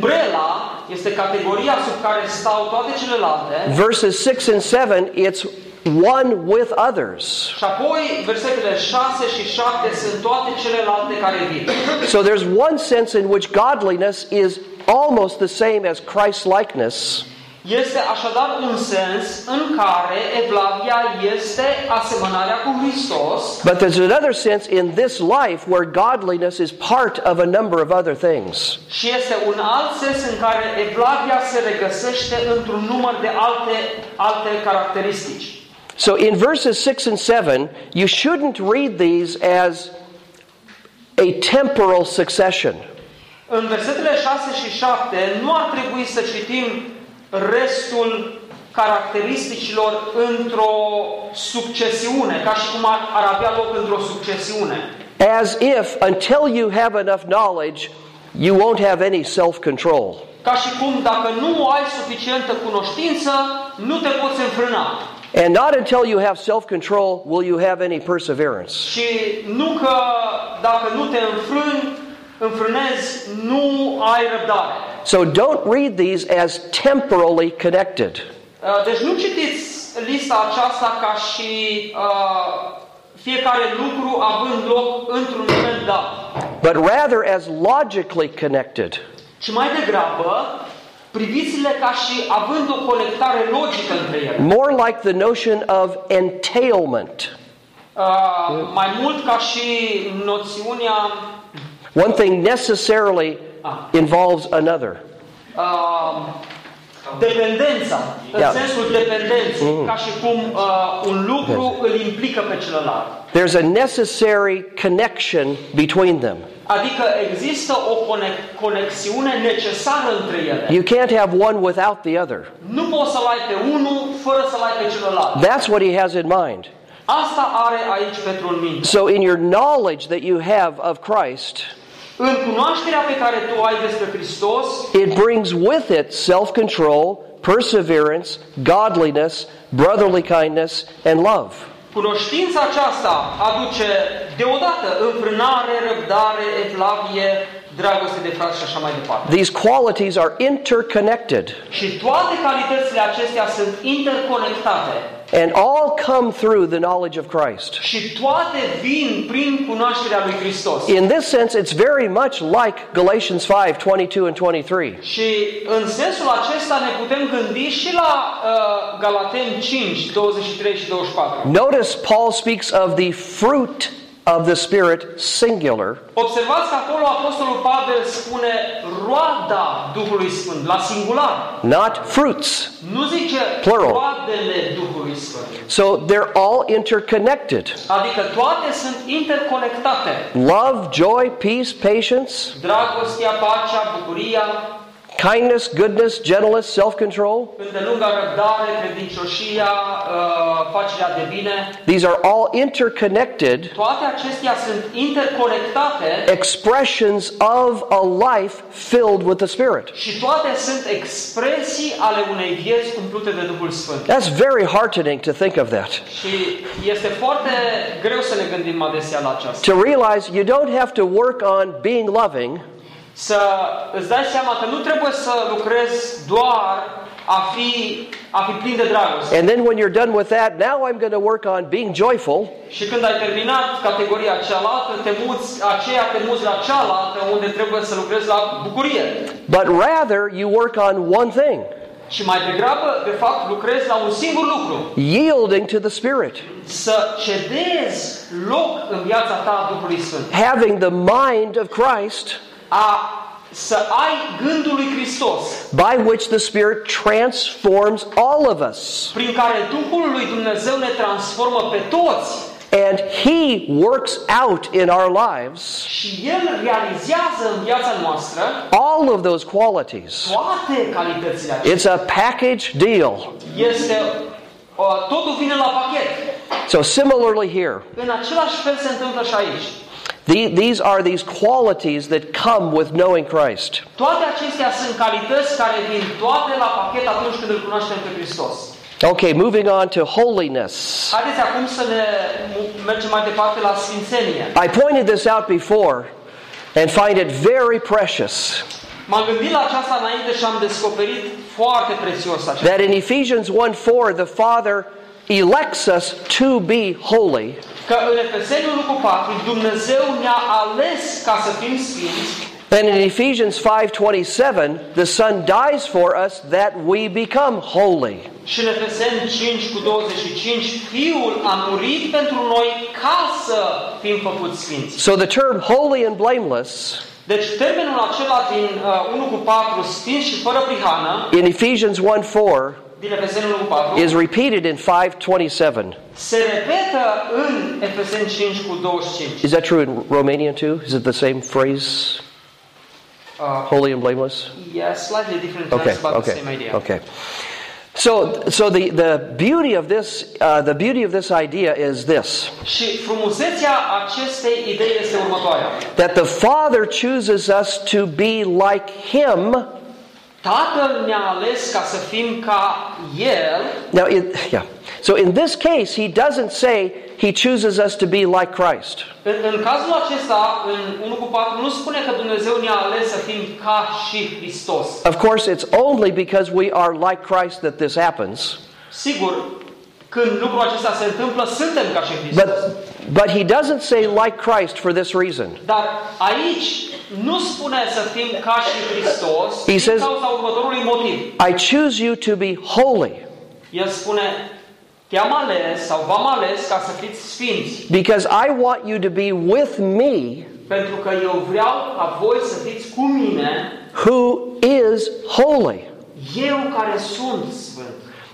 umbrela, este categoria sub care stau toate celelalte.
verses 6 and 7, it's one with others.
Și apoi versetele 6 și 7 sunt toate celelalte care vin.
So there's one sense in which godliness is almost the same as Christ likeness,
Este așadar un sens în care Evlavia este asemănarea cu Hristos,
But there's another sense in this life where godliness is part of a number of other things.
Și este un alt sens în care Evlavia se regăsește într-un număr de alte, alte caracteristici.
So in verses 6 and 7, you shouldn't read these as a temporal succession.
În versetele 6 și 7 nu ar trebui să citim restul caracteristicilor într-o succesiune, ca și cum ar, ar avea loc într-o succesiune.
As if until you have enough knowledge, you won't have any self control.
Ca și cum dacă nu ai suficientă cunoștință, nu te poți înfrâna.
And not until you have self control will you have any perseverance.
Și nu că dacă nu te înfrâni, înfrânezi, nu ai răbdare.
So don't read these as temporally connected.
Uh, Deci nu citiți lista aceasta ca și uh, fiecare lucru având loc într-un moment dat,
but rather as logically connected.
ci mai degrabă priviți-le ca și având o conectare logică între ele.
More like the notion of entailment.
Uh, mai mult ca și noțiunea
One thing necessarily involves another.
uh, dependența, în
Da.
sensul dependenței, ca și cum uh, un lucru îl implică pe celălalt.
There's a necessary connection between them.
Adică există o conex- conexiune necesară între ele.
You can't have one without the other.
Nu poți să-l ai pe unul fără să-l ai pe celălalt.
That's what he has in mind.
Asta are aici Petru în minte.
So, in your knowledge that you have of Christ,
În cunoașterea pe care tu o ai despre Hristos,
it brings with it self control, perseverance, godliness, brotherly kindness, and love.
cunoștința aceasta aduce deodată înfrânare, răbdare, evlavie, dragoste de frați și așa mai departe.
These qualities are interconnected.
Și toate calitățile acestea sunt interconectate
And all come through the knowledge of Christ.
și toate vin prin cunoașterea lui Hristos.
In this sense, it's very much like Galatians 5 22 and 23.
Și în sensul acesta ne putem gândi și la uh, Galaten 5, 23 și 24.
Notice Paul speaks of the fruit of the Spirit singular,
Observați că acolo Apostolul Pavel spune roada Duhului Sfânt, la singular.
not fruits.
Nu zice
Plural.
roadele Duhului Sfânt.
So they're all interconnected
Adică toate sunt interconectate.
love, joy, peace, patience,
Dragostea, pacea, bucuria,
kindness, goodness, gentleness, self control.
îndelunga răbdare, credincioșia, uh, facerea de bine.
These are all interconnected
Toate acestea sunt interconectate
expressions of a life filled with the Spirit.
și toate sunt expresii ale unei vieți umplute de Duhul Sfânt.
That's very heartening to think of that.
Și este foarte greu să ne gândim adesea la aceasta.
to realize you don't have to work on being loving,
să îți dai seama că nu trebuie să lucrezi doar a fi, a fi plin de dragoste.
and then when you're done with that, now I'm going to work on being joyful.
Și când ai terminat categoria cealaltă, te muți, aceea te muți la cealaltă unde trebuie să lucrezi la bucurie.
But rather, you work on one thing
Și mai degrabă, de fapt, lucrezi la un singur lucru.
yielding to the Spirit,
Să cedezi loc în viața ta a Duhului Sfânt.
having the mind of Christ
A, să ai gândul lui Hristos,
by which the Spirit transforms all of us.
prin care Duhul lui Dumnezeu ne transformă pe toți
And He works out in our lives
și El realizează în viața noastră
all of those qualities.
toate calitățile acestea.
It's a package deal.
Este, uh, totul vine la pachet.
So, similarly, here,
În același fel se întâmplă și aici.
the- these are these qualities that come with knowing Christ.
Toate acestea sunt calități care vin toate la pachet atunci când îl cunoaștem pe Hristos.
Okay, moving on to holiness.
Haideți acum să ne mu- mergem mai departe la Sfințenie.
I pointed this out before and find it very precious
M-am gândit la aceasta înainte și am descoperit foarte prețios acest.
that in Ephesians 1 4, the Father elects us to be holy
Că în Efeseni 1 cu 4 Dumnezeu ne-a ales ca să fim sfinți
And in Ephesians 5:27, the son dies for us that we become holy.
Și în Efeseni 5 cu 25, Fiul a murit pentru noi ca să fim făcuți sfinți.
So the term holy and blameless
Deci termenul acela din uh, 1 cu 4, sfinți și fără prihană,
in Ephesians 1:4
din Efeseni 1 cu 4,
is repeated in 5:27.
se repetă în Efeseni 5 cu 25.
Is that true in Romanian too? Is it the same phrase?
Uh,
Holy and blameless?
yeah, slightly different
Okay,
terms, but the same
okay,
idea.
okay. So, so the, the beauty of this, uh, the beauty of this idea is this:
Și frumusețea acestei idei este următoarea.
that the Father chooses us to be like Him.
Tatăl ne-a ales ca să fim ca El,
Now, it, yeah. So in this case, He doesn't say He chooses us to be like Christ.
În, în cazul acesta, în 1 cu 4, nu spune că Dumnezeu ne-a ales să fim ca și Hristos.
Of course, it's only because we are like Christ that this happens.
Sigur, când lucrul acesta se întâmplă, suntem ca și Hristos.
But, but He doesn't say like Christ for this reason.
Dar aici nu spune să fim ca și Hristos
He
din
says-
cauza următorului motiv.
I choose you to be holy
El spune, te-am ales sau v-am ales ca să fiți sfinți,
because I want you to be with me
pentru că eu vreau ca voi să fiți cu mine,
who is holy.
eu care sunt sfânt.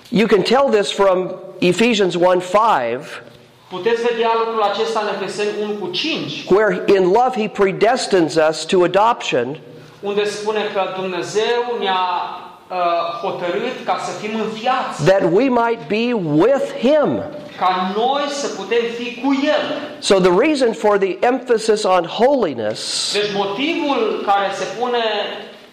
You can tell this from Ephesians 1 5,
Puteți vedea lucrul acesta în Efeseni 1 cu 5.
where in love he predestines us to adoption
unde spune că Dumnezeu ne-a uh, hotărât ca să fim înfiați,
that we might be with him.
ca noi să putem fi cu El.
So the reason for the emphasis on holiness
Deci motivul care se pune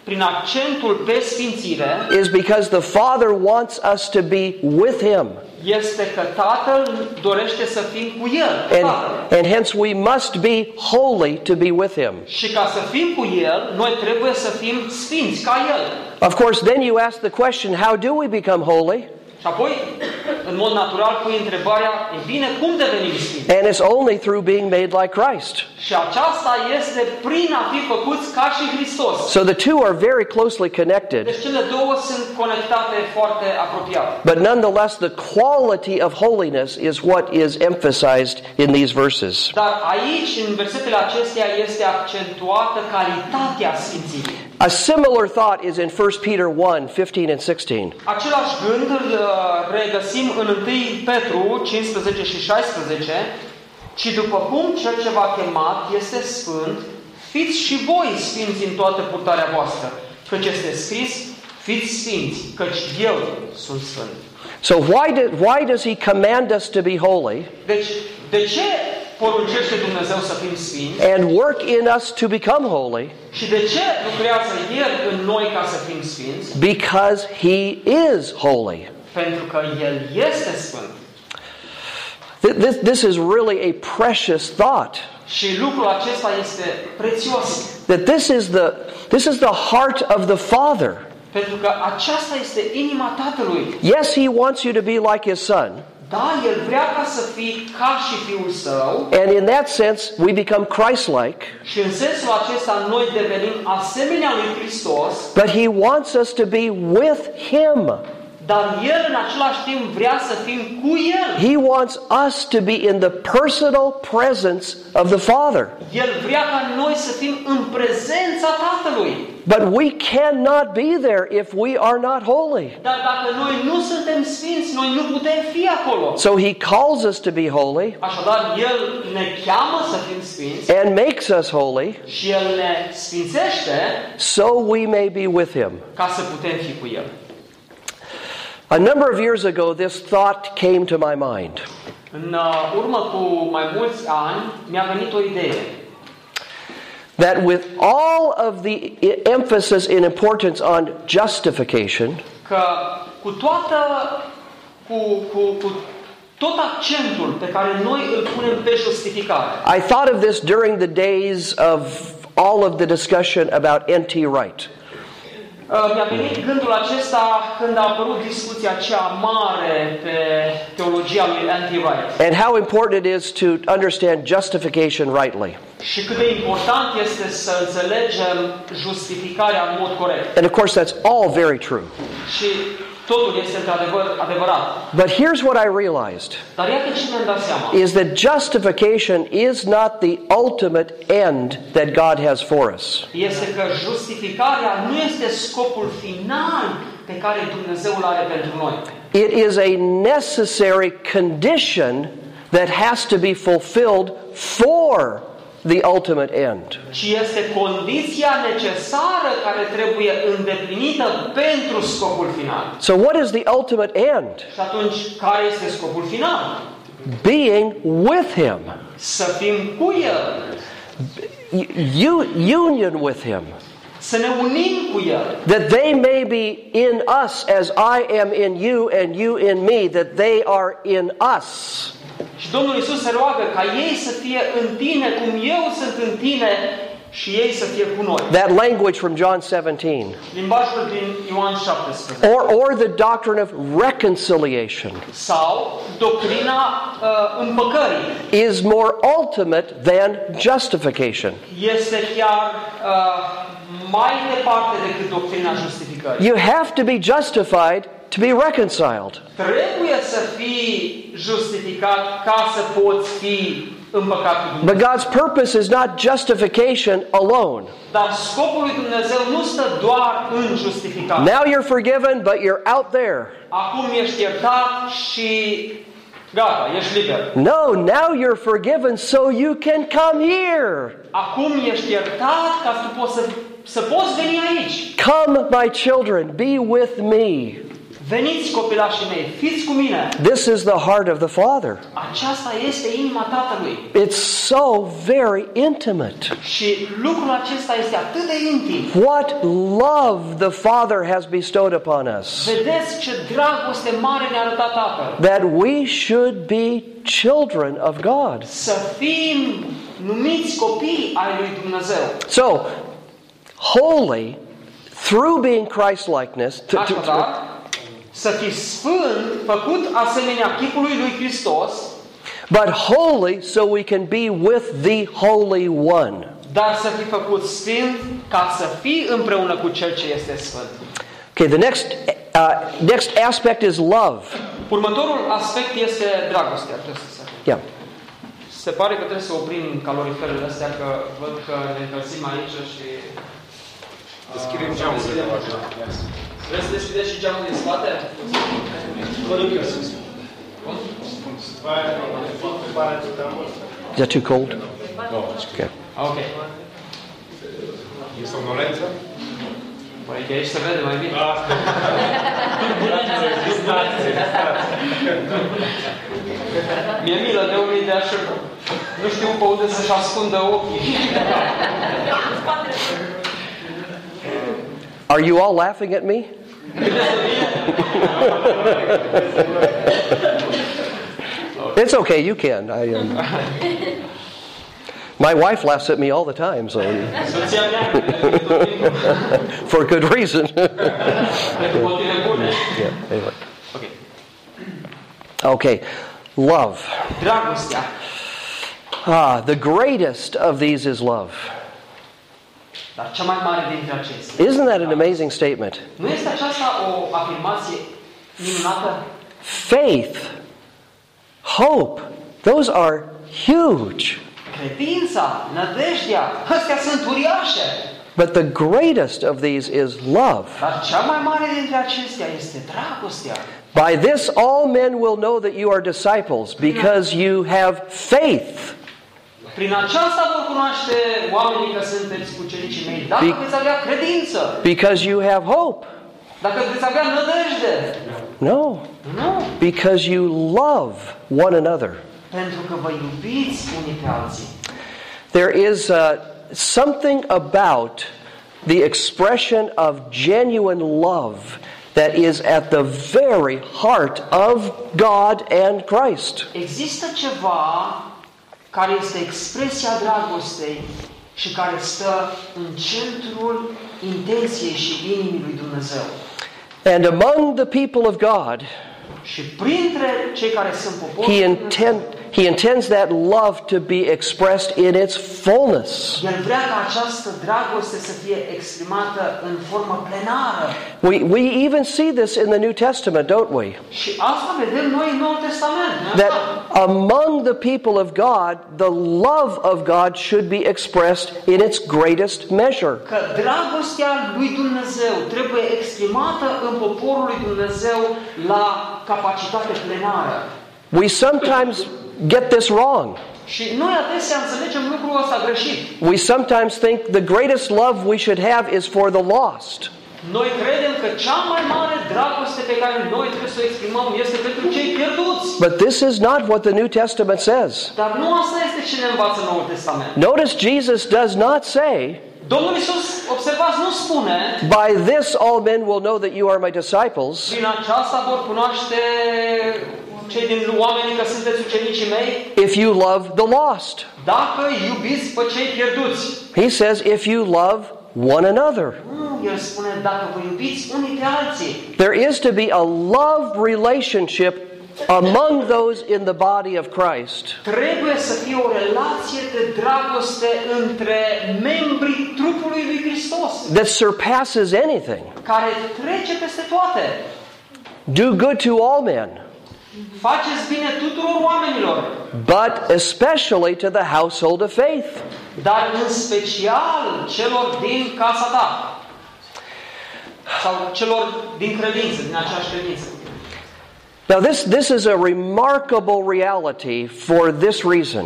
prin accentul pe sfințire
is because the Father wants us to be with him.
este că Tatăl dorește să fim cu El, cu
And,
Tatăl.
and hence we must be holy to be with him.
Și ca să fim cu El, noi trebuie să fim sfinți ca El.
Of course, then you ask the question, how do we become holy?
Și apoi, în mod natural, pui întrebarea, e bine, cum devenim sfinți?
And it's only through being made like Christ.
Și aceasta este prin a fi făcuți ca și Hristos.
So the two are very closely connected,
Deci cele două sunt conectate foarte apropiat.
but nonetheless, the quality of holiness is what is emphasized in these verses.
Dar aici, în versetele acestea, este accentuată calitatea Sfințirii.
A similar thought is in 1 Peter 1 15 and 16.
Același gând îl uh, regăsim în 1 Petru 15 și 16. Ci după cum cel ce v-a chemat este sfânt, fiți și voi sfinți în toată purtarea voastră. Căci este scris, fiți sfinți, căci eu sunt sfânt.
So, why, did, why does he command us to be holy
Deci, de ce poruncește Dumnezeu să fim sfinți?
and work in us to become holy?
Și de ce lucrează El în noi ca să fim sfinți?
Because he is holy.
Pentru că El este sfânt.
Th- This, this is really a precious thought.
Și lucrul acesta este prețios.
That this is the, this is the heart of the Father.
Pentru că aceasta este inima Tatălui.
Yes, he wants you to be like his son.
Da, El vrea ca să fii ca și Fiul Său
And in that sense, we become Christ like.
și în sensul acesta noi devenim asemenea lui Hristos,
But he wants us to be with him.
dar El în același timp vrea să fim cu El.
He wants us to be in the personal presence of the Father.
El vrea ca noi să fim în prezența Tatălui.
But we cannot be there if we are not holy.
Dar dacă noi nu suntem sfinți, noi nu putem fi acolo.
So he calls us to be holy
Așadar, El ne cheamă să fim sfinți
and makes us holy
și El ne sfințește
so we may be with him.
ca să putem fi cu El.
A number of years ago, this thought came to my mind.
În uh, urmă cu mai mulți ani mi-a venit o idee.
that with all of the e- emphasis and importance on justification,
Că cu toată, cu, cu, cu tot accentul pe care noi îl punem pe justificare.
I thought of this during the days of all of the discussion about N.T. Wright.
Uh, Mi-a venit gândul acesta când a apărut discuția cea mare pe teologia lui Andy Wright
and how important it is to understand justification rightly.
și cât de important este să înțelegem justificarea în mod corect.
And of course, that's all very true.
Și totul este într-adevăr adevărat.
But here's what I realized
Dar iată ce mi-am dat seama.
is that justification is not the ultimate end that God has for us.
Este că justificarea nu este scopul final pe care Dumnezeu îl are pentru noi.
It is a necessary condition that has to be fulfilled for the ultimate end.
ci este condiția necesară care trebuie îndeplinită pentru scopul final.
So, what is the ultimate end?
Și atunci, care este scopul final?
Being with Him,
Să fim cu El,
y- you, union with Him,
să ne unim cu El,
that they may be in us as I am in you and you in me, that they are in us.
Și Domnul Isus se roagă ca ei să fie în tine, cum eu sunt în tine și ei să fie cu noi.
That language from John 17.
Limbajul din Ioan 17.
Or, or the doctrine of reconciliation
Sau doctrina uh, împăcării
is more ultimate than justification.
este chiar uh, mai departe decât doctrina justificării.
You have to be justified to be reconciled.
Trebuie să fii justificat ca să poți fi împăcat cu Dumnezeu.
But God's purpose is not justification alone.
Dar scopul lui Dumnezeu nu stă doar în justificare.
Now you're forgiven, but you're out there.
Acum ești iertat și gata, ești liber.
No, now you're forgiven so you can come here.
Acum ești iertat ca să tu poți să, să poți veni aici.
Come, my children, be with me.
Veniți copilașii mei, fiți cu mine.
This is the heart of the Father.
Aceasta este inima Tatălui.
It's so very intimate.
Și lucrul acesta este atât de intim.
What love the Father has bestowed upon us,
Vedeți ce dragoste mare ne-a arătat Tatăl.
that we should be children of God.
să fim numiți copii ai lui Dumnezeu.
So, holy through being Christ-likeness, th- th-
Așadar, să fii sfânt, făcut asemenea chipului lui Hristos,
but holy so we can be with the Holy One.
dar să fii făcut sfânt ca să fii împreună cu Cel ce este sfânt.
Okay, the next uh, next aspect is love.
Următorul aspect este dragostea. Trebuie să se...
Yeah.
se pare că trebuie să oprim caloriferele astea, că văd că ne încălzim aici și... uh,
Deschidem geamul de la așa.
Vreți să deschideți și geamul din spate?
Is that too cold? Okay.
Ah, Ok.
E somnolență?
Păi de aici se vede mai bine. [LAUGHS] Mi-e milă de unii de așa, nu știu pe unde să-și ascundă ochii.
Are you all laughing at me? [LAUGHS] it's okay, you can. I, um, my wife laughs at me all the time, so
Soția mea, cred că tot timpul,
for good reason. [LAUGHS]
pentru motive bune.
yeah, anyway.
Ok.
Okay, love.
Dragostea.
Ah, the greatest of these is love.
Dar cea mai mare dintre acestea.
Isn't that an amazing statement?
Nu este aceasta o afirmație minunată?
Faith, hope, those are huge.
Credința, nădejdea, astea sunt uriașe.
But the greatest of these is love.
Dar cea mai mare dintre acestea este dragostea.
By this, all men will know that you are disciples because you have faith.
Prin aceasta vor cunoaște oamenii că sunteți ucenicii mei. Dacă
Bi-
veți avea credință,
Because you have hope.
dacă veți avea nădejde.
No,
Nu.
because you love one another.
Pentru că vă iubiți unii pe alții.
There is uh, something about the expression of genuine love that is at the very heart of God and Christ.
Există ceva care este expresia dragostei și care stă în centrul intenției și inimii lui Dumnezeu.
And among the people of God,
Și printre cei care sunt poporul,
he,
lui Dumnezeu,
intend, he intends that love to be expressed in its fullness.
El vrea ca această dragoste să fie exprimată în formă plenară.
We, we even see this in the New Testament, don't we?
Și asta vedem noi în Noul Testament. nu-i așa?
That among the people of God, the love of God should be expressed in its greatest measure.
că dragostea lui Dumnezeu trebuie exprimată în poporul lui Dumnezeu la capacitate plenară.
We sometimes get this wrong.
Și noi adesea înțelegem lucrul ăsta greșit.
We sometimes think the greatest love we should have is for the lost.
Noi credem că cea mai mare dragoste pe care noi trebuie să o exprimăm este pentru cei pierduți.
But this is not what the New Testament says.
Dar nu asta este ce ne învață Noul Testament.
Notice Jesus does not say,
Domnul Iisus, observați, nu spune
By this all men will know that you are my disciples,
Prin aceasta vor cunoaște cei din oamenii că sunteți ucenicii mei
if you love the lost.
dacă iubiți pe cei pierduți.
He says, If you love one another.
Nu, el spune dacă vă iubiți unii pe alții.
There is to be a love relationship among those in the body of Christ.
Trebuie să fie o relație de dragoste între membrii trupului lui Hristos,
That surpasses anything.
care trece peste toate.
Do good to all men,
Faceți bine tuturor oamenilor,
but especially to the household of faith.
dar în special celor din casa ta. Sau celor din credință, din aceeași credință.
Now, this, this is a remarkable reality for this reason.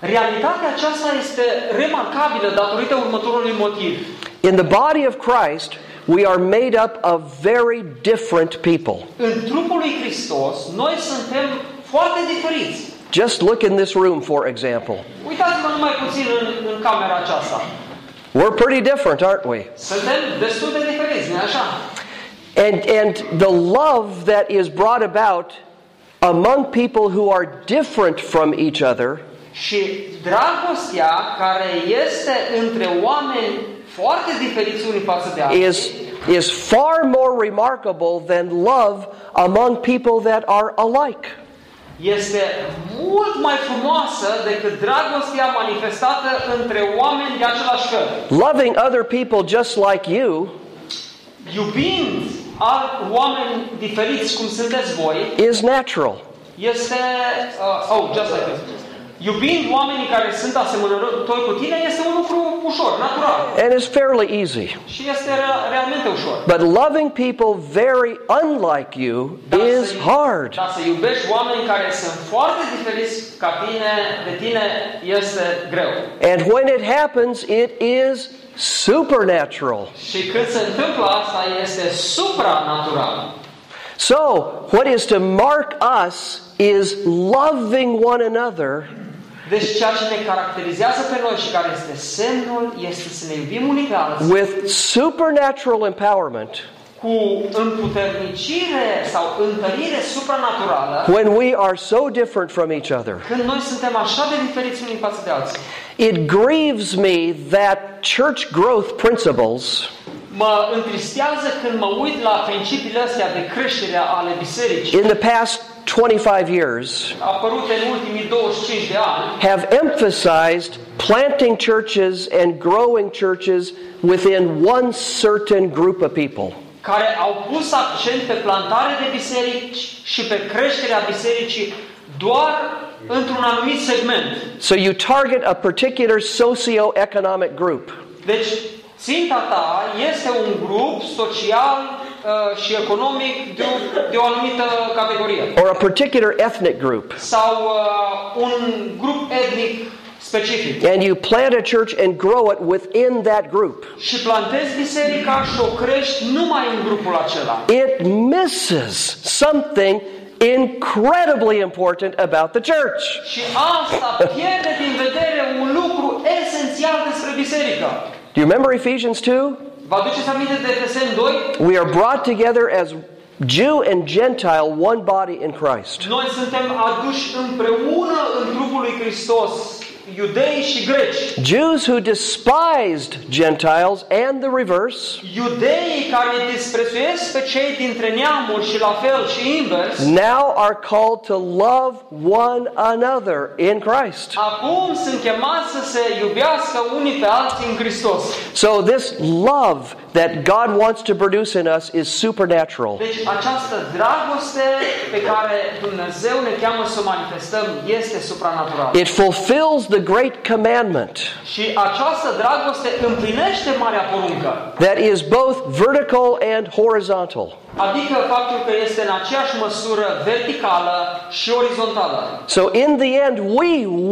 Realitatea aceasta este remarcabilă datorită următorului motiv.
In the body of Christ, we are made up of very different people.
În trupul lui Hristos, noi suntem foarte diferiți.
Just look in this room, for example.
Uitați-vă numai puțin în, în camera aceasta.
We're pretty different, aren't we?
Suntem destul de diferiți, nu așa?
And, and the love that is brought about among people who are different from each other
Și dragostea care este între oameni foarte diferiți unii față de alții,
is, is far more remarkable than love among people that are alike.
este mult mai frumoasă decât dragostea manifestată între oameni de același fel.
Loving other people just like you
Iubind al oameni diferiți cum sunteți voi,
is natural.
este... Uh, oh, just like this. Iubind oamenii care sunt asemănători cu tine este un lucru ușor, natural.
and is fairly easy.
Și este rea- realmente ușor.
But loving people very unlike you is
să,
hard.
Dar Da să iubești oameni care sunt foarte diferiți ca tine, de tine, este greu.
And when it happens, it is supernatural.
Și când se întâmplă asta, este supranatural.
So, what is to mark us is loving one another
Deci ceea ce ne caracterizează pe noi și care este semnul, este să ne iubim unii pe alții.
with supernatural empowerment
cu împuternicire sau întărire supranaturală
when we are so different from each other.
când noi suntem așa de diferiți unii față de alții.
It grieves me that church growth principles
Mă întristează când mă uit la principiile astea de creștere ale bisericii,
in the past 25 years
apărute în ultimii 25 de ani,
have emphasized planting churches and growing churches within one certain group of people.
care au pus accent pe plantare de biserici și pe creșterea bisericii doar într-un anumit segment.
So you target a particular socioeconomic group.
Deci, ținta ta este un grup social uh, și economic de o, de o anumită categorie.
Or a particular ethnic group.
sau uh, un grup etnic specific
And you plant a church and grow it within that group.
și plantezi biserica și o crești numai în grupul acela.
It misses something incredibly important about the church.
Și asta pierde din vedere un lucru esențial despre biserică.
Do you remember Ephesians 2?
Vă aduceți aminte de Efeseni 2?
We are brought together as Jew and Gentile, one body in Christ.
Noi suntem aduși împreună în trupul lui Hristos, iudei și greci.
Jews who despised Gentiles and the reverse,
Iudeii care îi disprețuiesc pe cei dintre neamuri și la fel și invers,
now are called to love one another in Christ.
acum sunt chemați să se iubească unii pe alții în Hristos.
So, this love that God wants to produce in us is supernatural.
Deci această dragoste pe care Dumnezeu ne cheamă să o manifestăm este supranaturală.
It fulfills the great commandment
Și această dragoste împlinește marea poruncă,
that is both vertical and horizontal.
adică faptul că este în aceeași măsură verticală și orizontală.
So, in the end, we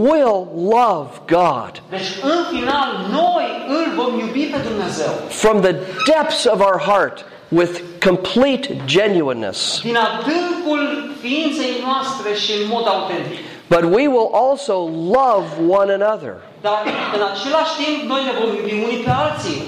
will love God
Deci în final noi îl vom iubi pe Dumnezeu
from the depths of our heart with complete genuineness.
din adâncul ființei noastre și în mod autentic.
But we will also love one another.
Dar în același timp noi ne vom iubi unii pe alții.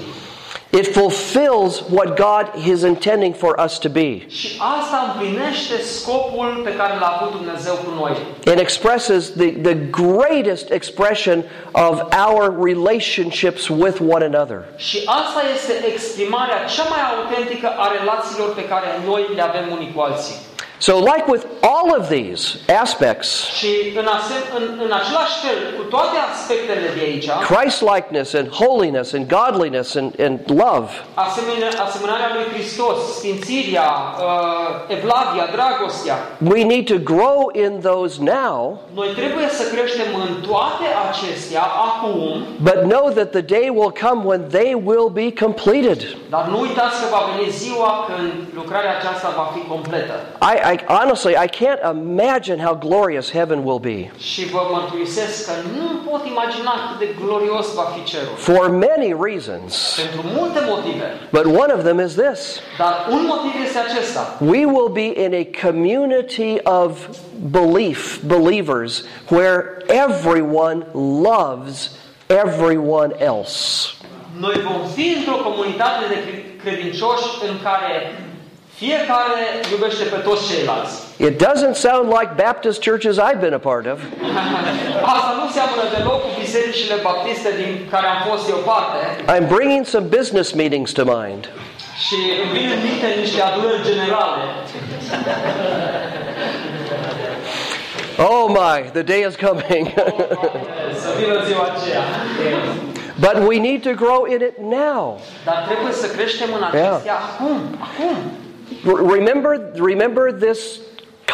It fulfills what God is intending for us to be
Și asta împlinește scopul pe care l-a avut Dumnezeu cu noi.
and expresses the, the greatest expression of our relationships with one another.
Și asta este exprimarea cea mai autentică a relațiilor pe care noi le avem unii cu alții.
So, like with all of these aspects,
Și în, asem- în, în același fel, cu toate aspectele de aici,
Christ likeness and holiness and godliness and, and love,
asemenea, asemănarea lui Hristos, sfințirea, uh, evlavia, dragostea,
we need to grow in those now,
noi trebuie să creștem în toate acestea acum,
but know that the day will come when they will be completed.
dar nu uitați că va veni ziua când lucrarea aceasta va fi completă.
I, I honestly, I can't imagine how glorious heaven will be.
Și vă mărturisesc că nu pot imagina cât de glorios va fi cerul.
for many reasons.
Pentru multe motive.
But one of them is this
Dar un motiv este acesta.
we will be in a community of belief, believers, where everyone loves everyone else.
Noi vom fi într-o comunitate de cre- credincioși în care fiecare iubește pe toți ceilalți.
It doesn't sound like Baptist churches I've been a part of,
Asta nu seamănă deloc cu bisericile baptiste din care am fost eu parte
I'm bringing some business meetings to mind.
și îmi vin în minte niște adunări generale.
Oh my, the day is coming. [LAUGHS]
Să vină ziua aceea.
but we need to grow in it now.
Dar trebuie să creștem în acestea acum, acum.
R- remember, remember this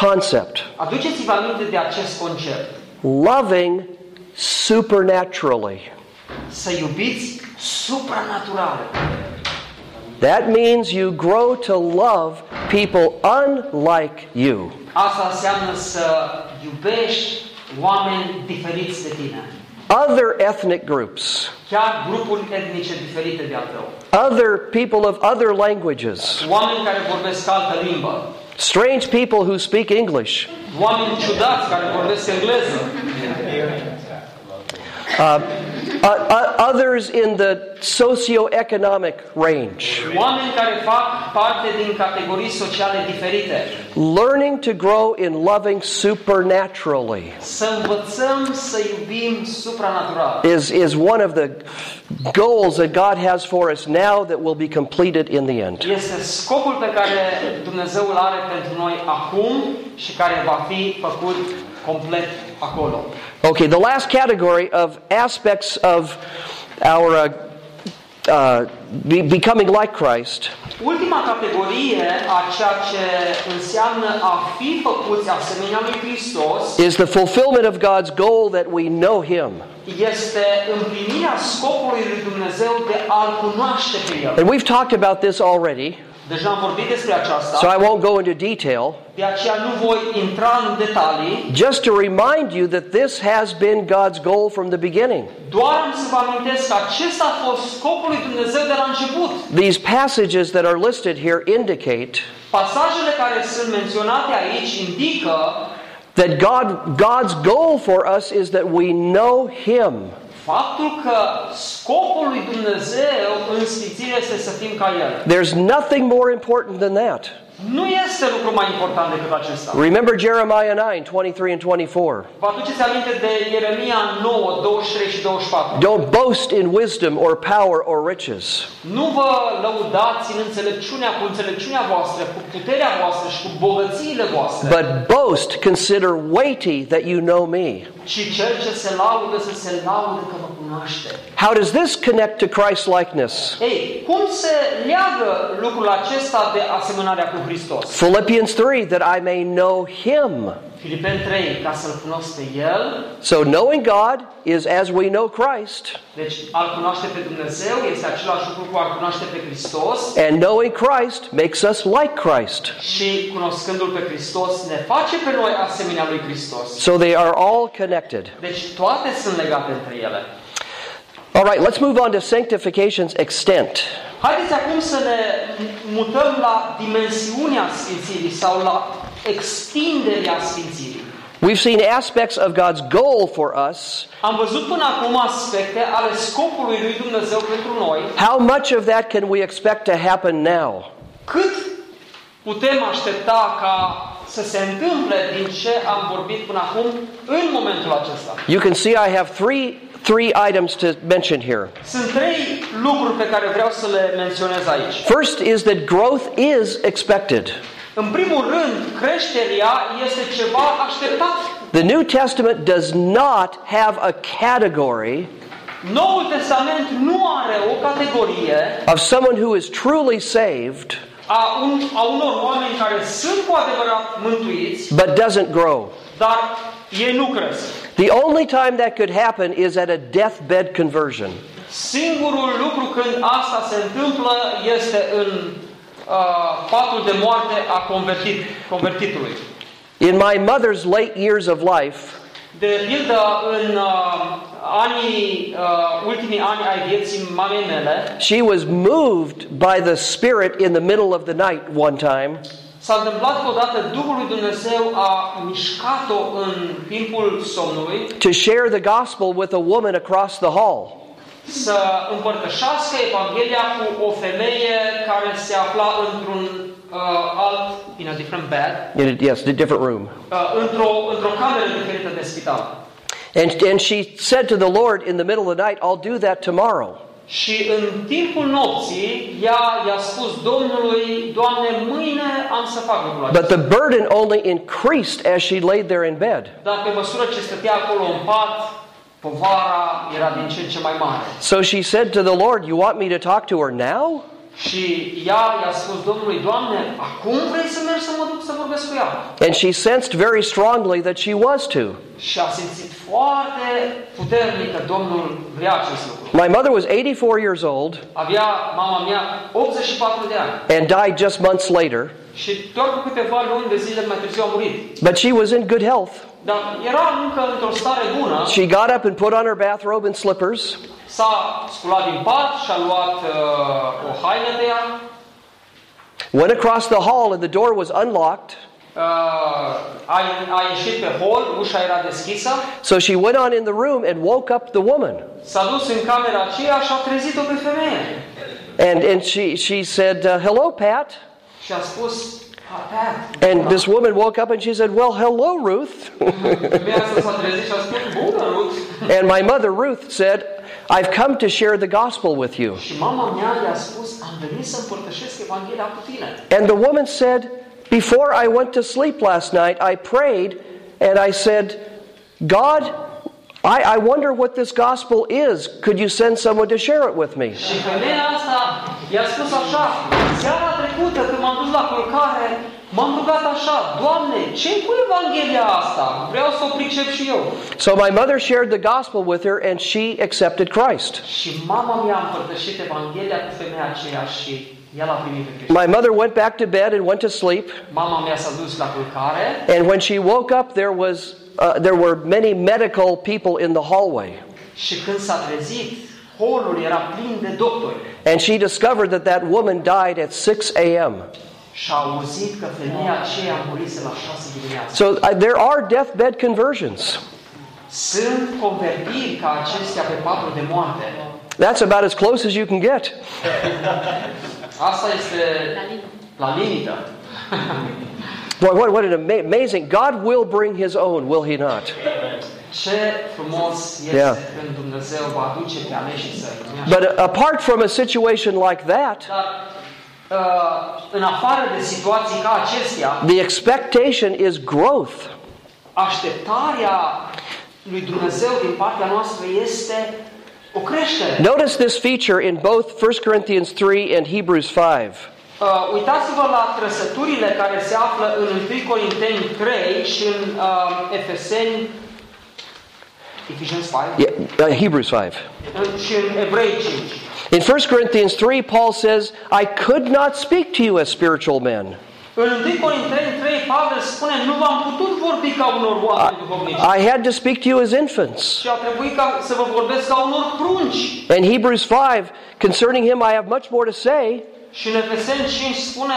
concept
Aduceți-vă aminte de acest concept.
loving supernaturally.
Să iubiți supranatural.
That means you grow to love people unlike you.
Asta înseamnă să iubești oameni diferiți de tine.
Other ethnic groups,
Chiar grupuri etnice diferite de al tău.
other people of other languages,
Oameni care vorbesc altă limbă.
strange people who speak English,
Oameni ciudați care vorbesc engleză.
uh, uh, others in the socioeconomic range.
Oameni care fac parte din categorii sociale diferite.
Learning to grow in loving supernaturally
Să învățăm să iubim supranatural.
is, is one of the goals that God has for us now that will be completed in the end.
Este scopul pe care Dumnezeu îl are pentru noi acum și care va fi făcut complet acolo.
Okay, the last category of aspects of our uh, uh, be- becoming like Christ
Ultima categorie a ceea ce înseamnă a fi făcuți asemenea lui Hristos
is the fulfillment of God's goal that we know Him.
este împlinirea scopului lui Dumnezeu de a-L cunoaște pe El.
And we've talked about this already,
Deja am vorbit despre
so
aceasta,
I won't go into detail.
de aceea nu voi intra în detalii,
Just to remind you that this has been God's goal from the beginning.
doar am să vă amintesc că acesta a fost scopul lui Dumnezeu de la început.
These passages that are listed here indicate
Pasajele care sunt menționate aici indică
that God, God's goal for us is that we know Him.
faptul că scopul lui Dumnezeu în sfințire este să fim ca El.
There's nothing more important than that.
Nu este lucru mai important decât acesta.
Remember Jeremiah 9 23 and 24.
Vă aduceți aminte de Ieremia 9, 23 și 24.
Don't boast in wisdom or power or riches,
Nu vă lăudați în înțelepciunea cu înțelepciunea voastră, cu puterea voastră și cu bogățiile voastre,
but boast, consider weighty that you know me.
ci cel ce se laudă să se laude că vă cunoaște.
How does this connect to Christ likeness?
Ei, cum se leagă lucrul acesta de asemănarea cu Hristos?
Philippians 3 that I may know him.
Filipeni 3, ca să-L cunosc pe El,
So knowing God is as we know Christ,
deci al cunoaște pe Dumnezeu este același lucru cu a cunoaște pe Hristos
and knowing Christ makes us like Christ.
și cunoscându-L pe Hristos ne face pe noi asemenea lui Hristos.
So they are all connected.
Deci toate sunt legate între ele.
All right, let's move on to sanctification's extent.
Haideți acum să ne mutăm la dimensiunea Sfințirii sau la extinderea Sfințirii.
We've seen aspects of God's goal for us.
Am văzut până acum aspecte ale scopului lui Dumnezeu pentru noi.
How much of that can we expect to happen now?
Cât putem aștepta ca să se întâmple din ce am vorbit până acum în momentul acesta?
You can see I have three three items to mention here.
Sunt trei lucruri pe care vreau să le menționez aici.
First is that growth is expected.
În primul rând, creșterea este ceva așteptat.
The New Testament does not have a category
Noul Testament nu are o categorie
of someone who is truly saved
a, un, a unor oameni care sunt cu adevărat mântuiți,
but doesn't grow.
dar ei nu cresc.
The only time that could happen is at a deathbed conversion.
Singurul lucru când asta se întâmplă este în uh, patul de moarte a convertit, convertitului.
In my mother's late years of life,
De pildă, în uh, anii, uh, ultimii ani ai vieții mamei mele,
she was moved by the Spirit in the middle of the night one time
s-a întâmplat că odată Duhul lui Dumnezeu a mișcat-o în timpul somnului
to share the gospel with a woman across the hall.
să împărtășească Evanghelia cu o femeie care se afla într-un uh, alt, in a different bed,
In a, yes, a different room.
uh, într-o, într-o cameră diferită de spital.
And, and she said to the Lord in the middle of the night, I'll do that tomorrow.
Și în timpul nopții, ea i-a spus Domnului, Doamne, mâine am să fac lucrul acesta.
But the burden only increased as she laid there in bed.
Dar pe măsură ce stătea acolo în pat, povara era din ce în ce mai mare.
So she said to the Lord, You want me to talk to her now?
Și ea i-a spus Domnului, Doamne, acum vrei să mergi să mă duc să vorbesc cu ea?
And she sensed very strongly that she was to.
Și a simțit foarte puternic că Domnul vrea acest lucru.
My mother was 84 years old
Avea mama mea 84 de ani
and died just months later,
și doar cu câteva luni de zile mai târziu a murit.
but she was in good health.
Dar era încă într-o stare bună,
She got up and put on her bathrobe and slippers,
s-a sculat din pat și a luat uh, o haină de ea,
went across the hall, and the door was unlocked.
uh, a, a ieșit pe hol, ușa era deschisă,
So she went on in the room and woke up the woman.
s-a dus în camera aceea și a trezit-o pe femeie.
And, and she, she said, uh, Hello, Pat.
Și a spus, "Ah, Pat,
And this woman woke up and she said, Well, hello, Ruth.
femeia asta s-a trezit și a spus, bună, Ruth!
and my mother, Ruth, said, I've come to share the gospel with you.
Și mama mea i-a spus, am venit să împărtășesc Evanghelia cu tine.
And the woman said, Before I went to sleep last night, I prayed and I said, God, I, I wonder what this gospel is. Could you send someone to share it with me?
Și femeia asta i-a spus așa, seara trecută când m-am dus la culcare, m-am rugat așa, Doamne, ce cu Evanghelia asta? Vreau să o pricep și eu.
So my mother shared the gospel with her and she accepted Christ.
Și mama mea a împărtășit Evanghelia cu femeia aceea și el a primit pe Hristos.
My mother went back to bed and went to sleep.
Mama mea s-a dus la culcare
And when she woke up, there was uh, there were many medical people in the hallway,
și când s-a trezit, holul era plin de doctori.
and she discovered that that woman died at 6 a.m.
Și a auzit că femeia aceea murise la șase dimineața.
So uh, there are deathbed conversions.
Sunt convertiri ca acestea pe patru de moarte.
That's about as close as you can get.
Asta este la limită.
Boy, what, what an ama- amazing. God will bring his own, will he not?
Ce frumos este
Yeah.
când Dumnezeu va aduce pe aleșii săi. nu-i așa?
But a- apart from a situation like that,
Dar uh, în afară de situații ca acestea,
the expectation is growth.
așteptarea lui Dumnezeu din partea noastră este o creștere.
Notice this feature in both 1 Corinthians 3 and Hebrews 5.
Uh, uitați-vă la trăsăturile care se află în 1 Corinteni 3 și în uh, Efeseni Ephesians 5
Yeah, uh, Hebrews 5.
în- și în Evrei 5.
In 1 Corinthians 3, Paul says, I could not speak to you as spiritual men.
În 1 Corinteni 3 Pavel spune nu v-am putut vorbi ca unor oameni duhovnici,
I had to speak to you as infants.
ci a trebuit ca să vă vorbesc ca unor prunci.
And Hebrews 5, concerning him I have much more to say,
Și în Efeseni 5 spune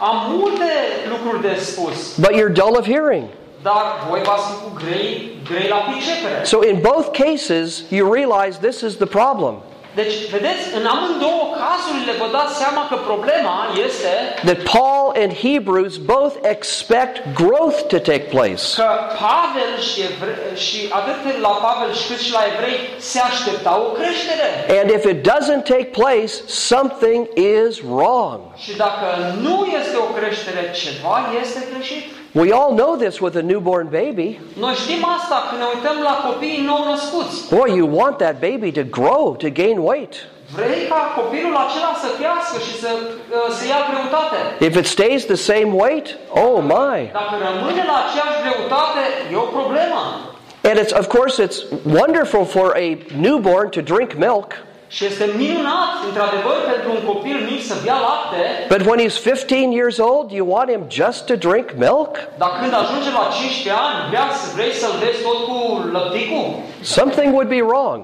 am multe lucruri de spus,
but you're dull of hearing.
dar voi v-ați făcut grei, grei la pricepere.
So in both cases, you realize this is the problem.
Deci, vedeți, în amândouă cazurile vă dați seama că problema este
That Paul and Hebrews both expect growth to take place.
că Pavel și, evre- și atât la Pavel și cât și la evrei se aștepta o creștere.
And if it doesn't take place, something is wrong.
Și dacă nu este o creștere, ceva este greșit.
We all know this with a newborn baby.
Noi știm asta când ne uităm la copiii nou născuți.
Boy, you want that baby to grow, to gain weight.
Vrei ca copilul acela să crească și să, uh, să ia greutate.
If it stays the same weight, oh my.
Dacă rămâne la aceeași greutate, e o problemă.
And it's of course it's wonderful for a newborn to drink milk,
Și este minunat, într-adevăr, pentru un copil mic să bea lapte,
but when he's 15 years old, you want him just to drink milk?
dar când ajunge la 15 ani, bea să vrei să-l vezi tot cu lăpticul?
Something would be wrong.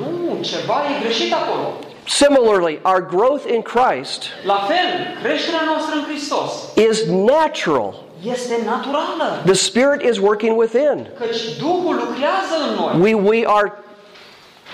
Nu, ceva e greșit acolo.
Similarly, our growth in Christ
La fel, creșterea noastră în Hristos
is natural.
este naturală,
The Spirit is working within.
căci Duhul lucrează în noi.
We, we are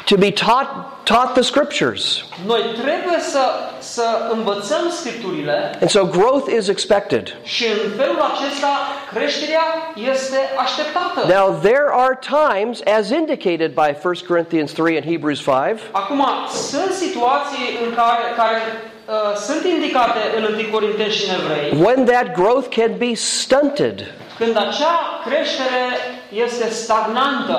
to be taught, taught the Scriptures.
Noi trebuie să, să învățăm Scripturile
And so growth is expected.
și în felul acesta creșterea este așteptată.
Now, there are times, as indicated by 1 Corinthians 3 and Hebrews 5,
Acum, sunt situații în care, care uh, sunt indicate în 1 Corinteni și în Evrei,
when that growth can be stunted.
când acea creștere este stagnantă.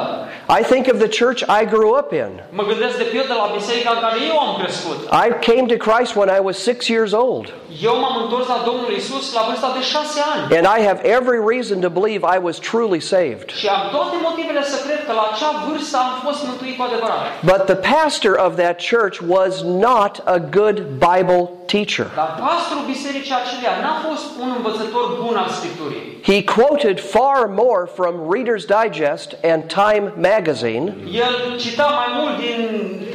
I think of the church I grew up in.
Mă gândesc de pildă la biserica în care eu am crescut.
I came to Christ when I was six years old,
Eu m-am întors la Domnul Isus la vârsta de șase ani
and I have every reason to believe I was truly saved.
și am toate motivele să cred că la acea vârstă am fost mântuit cu adevărat.
But the pastor of that church was not a good Bible teacher.
Dar pastorul bisericii acelea n-a fost un învățător bun al Scripturii.
He quoted far more from Reader's Digest and Time magazine
El cita mai mult din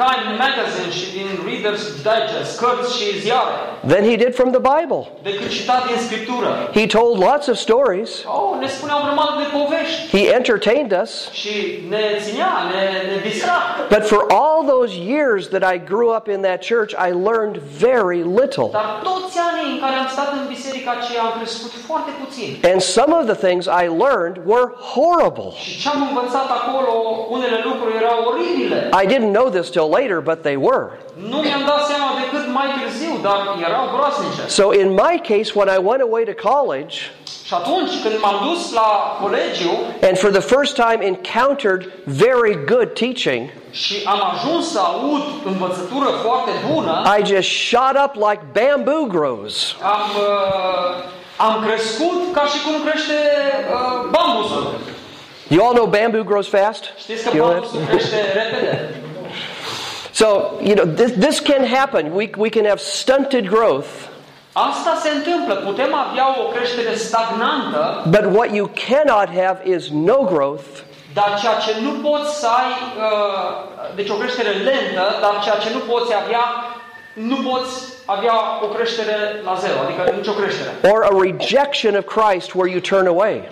Time Magazine și din Reader's Digest, cărți și ziare.
than he did from the Bible.
decât citat din Scriptură.
He told lots of stories.
Oh, ne spunea o grămadă de povești
He entertained us.
și ne ținea, ne, ne distra.
But for all those years that I grew up in that church, I learned very little.
Dar toți anii în care am stat în biserica aceea am crescut foarte puțin.
And some of the things I learned were horrible.
Și ce am învățat acolo, unele lucruri erau oribile.
I didn't know this till later, but they were.
Nu mi-am dat seama decât mai târziu, dar erau groaznice.
So in my case, when I went away to college
Și atunci când m-am dus la colegiu
and for the first time encountered very good teaching,
și am ajuns să aud învățătură foarte bună,
I just shot up like bamboo grows.
am, uh, am crescut ca și cum crește uh, bambusul.
You all know bamboo grows fast?
Știți că
You know that?
bambusul crește repede.
So, you know, this, this can happen. We, we can have stunted growth,
Asta se întâmplă. Putem avea o creștere stagnantă,
but what you cannot have is no growth
dar ceea ce nu poți să ai, uh, deci o creștere lentă, dar ceea ce nu poți avea, nu poți avea o creștere la zero, adică nicio creștere.
or a rejection of Christ where you turn away.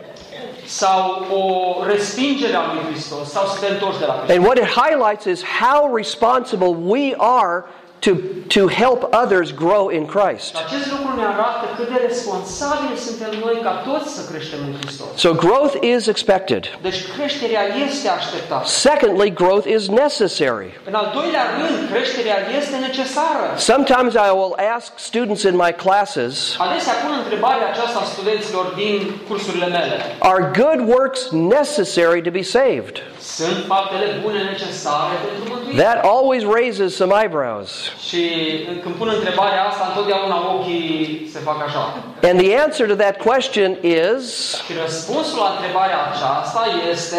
Sau o respingere a lui Hristos, sau să te întorci de la Hristos.
And what it highlights is how responsible we are to, to help others grow in Christ.
Acest lucru ne arată cât de responsabili suntem noi ca toți să creștem în Hristos.
So growth is expected.
Deci creșterea este așteptată.
Secondly, growth is necessary.
În al doilea rând, creșterea este necesară.
Sometimes I will ask students in my classes,
Adesea pun întrebarea aceasta studenților din cursurile mele.
are good works necessary to be saved?
Sunt faptele bune necesare pentru mântuire?
That always raises some eyebrows.
Și uh, când pun întrebarea asta, întotdeauna ochii se fac așa.
And the answer to that question is
Și răspunsul la întrebarea aceasta este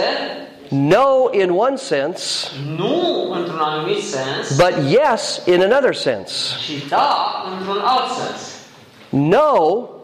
no in one sense,
nu într-un anumit sens,
but yes in another sense.
ci da într-un alt sens.
No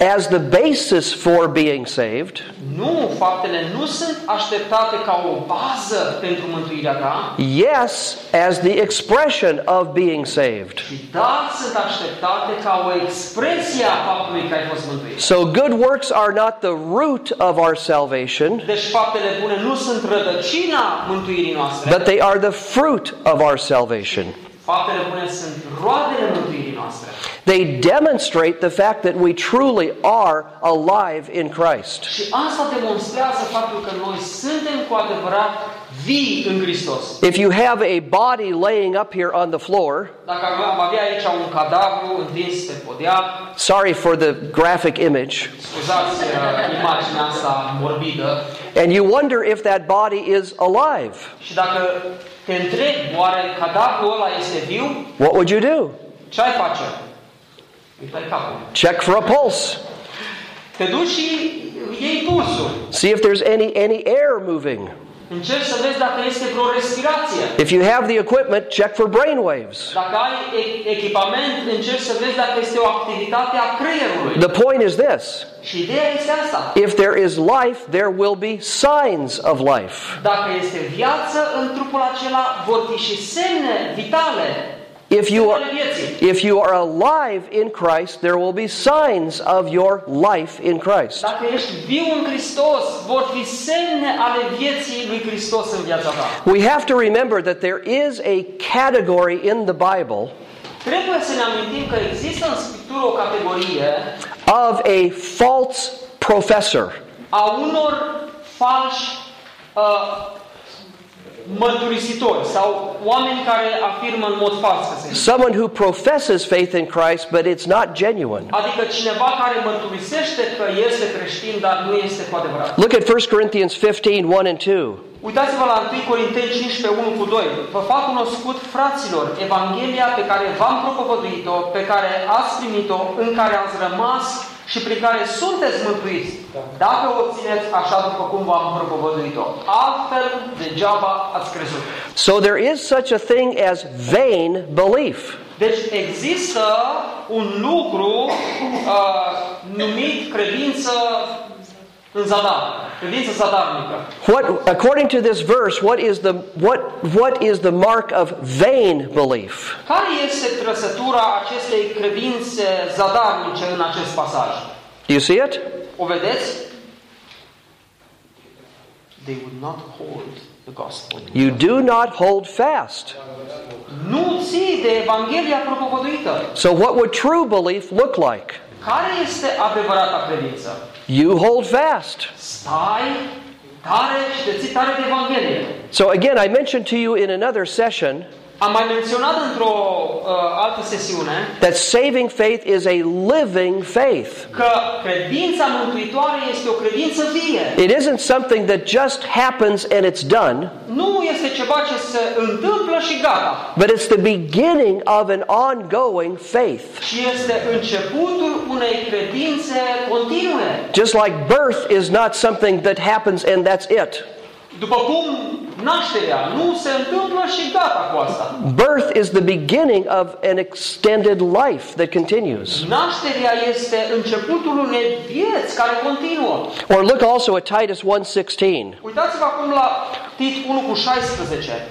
as the basis for being saved,
Nu, faptele nu sunt așteptate ca o bază pentru mântuirea ta,
yes as the expression of being saved.
ci da, sunt așteptate ca o expresie a faptului că ai fost mântuit.
So good works are not the root of our salvation,
Deci faptele bune nu sunt rădăcina mântuirii noastre.
but they are the fruit of our salvation.
Faptele bune sunt roadele mântuirii noastre.
They demonstrate the fact that we truly are alive in Christ.
Și asta demonstrează faptul că noi suntem cu adevărat vii în Hristos.
If you have a body laying up here on the floor,
Dacă am avea aici un cadavru întins pe podea,
sorry for the graphic image,
scuzați uh, imaginea asta morbidă,
and you wonder if that body is alive,
Și dacă te întrebi, oare cadavrul ăla este viu?
what would you do?
Ce ai face? Îi tai capul.
Check for a pulse.
Te duci și iei pulsul.
See if there's any, any air moving.
Încerci să vezi dacă este vreo respirație.
If you have the equipment, check for brain waves.
Dacă ai e- echipament, încerci să vezi dacă este o activitate a creierului.
The point is this
Și ideea este asta.
If there is life, there will be signs of life.
Dacă este viață, în trupul acela vor fi și semne vitale.
If you are
semnele vieții.
if you are alive in Christ, there will be signs of your life in Christ.
Dacă ești viu în Hristos, vor fi semne ale vieții lui Hristos în viața ta.
We have to remember that there is a category in the Bible
Trebuie să ne amintim că există în Scriptură o categorie
of a false professor.
a unor falși uh, mărturisitori sau oameni care afirmă în mod fals că sunt.
Someone who professes faith in Christ, but it's not genuine.
Adică cineva care mărturisește că este creștin, dar nu este cu adevărat.
Look at 1 Corinthians 15, 1 and 2.
Uitați-vă la 1 Corinteni 15, 1 cu 2. Vă fac cunoscut, fraților, Evanghelia pe care v-am propovăduit-o, pe care ați primit-o, în care ați rămas și prin care sunteți mântuiți, dacă o țineți așa după cum v-am propovăduit-o. Altfel, degeaba ați crezut.
So there is such a thing as vain belief.
Deci există un lucru uh, numit credință în zadar, credință zadarnică.
What, according to this verse, what is the what what is the mark of vain belief?
Care este trăsătura acestei credințe zadarnice în acest pasaj?
Do you see it?
O vedeți? They would not hold the gospel.
You do not hold fast.
Nu ții de Evanghelia propovăduită.
So what would true belief look like?
Care este adevărata credință?
You hold fast.
Stai tare și te ții tare de Evanghelie.
So again, I mentioned to you in another session
Am mai menționat într-o uh, altă sesiune
that saving faith is a living faith.
că credința mântuitoare este o credință vie.
It isn't something that just happens and it's done,
Nu este ceva ce se întâmplă și gata.
but it's the beginning of an ongoing faith.
Și este începutul unei credințe continue.
Just like birth is not something that happens and that's it.
După cum nașterea nu se întâmplă și gata cu asta.
Birth is the beginning of an extended life that continues.
Nașterea este începutul unei vieți care continuă.
Or look also at Titus 1:16.
Uitați-vă acum la Tit 1 cu 16.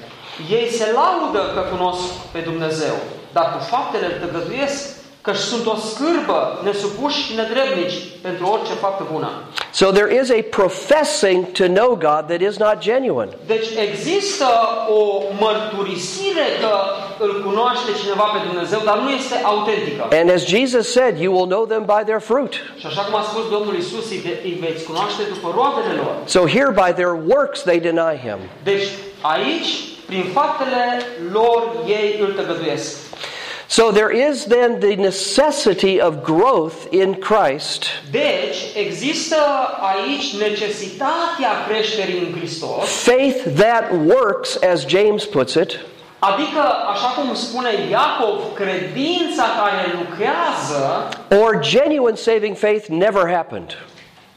Ei se laudă că cunosc pe Dumnezeu, dar cu faptele îl tăgăduiesc că sunt o scârbă, nesupuși și nedrepnici pentru orice faptă bună.
So there is a professing to know God that is not genuine.
Deci există o mărturisire că îl cunoaște cineva pe Dumnezeu, dar nu este autentică.
And as Jesus said, you will know them by their fruit.
Și așa cum a spus Domnul Isus, îi, ve- îi veți cunoaște după roadele lor.
So here by their works they deny him.
Deci aici, prin faptele lor, ei îl tăgăduiesc.
So there is then the necessity of growth in Christ
Deci, există aici necesitatea creșterii în Hristos,
Faith that works, as James puts it,
adică, așa cum spune Iacov, credința care lucrează
or genuine saving faith never happened.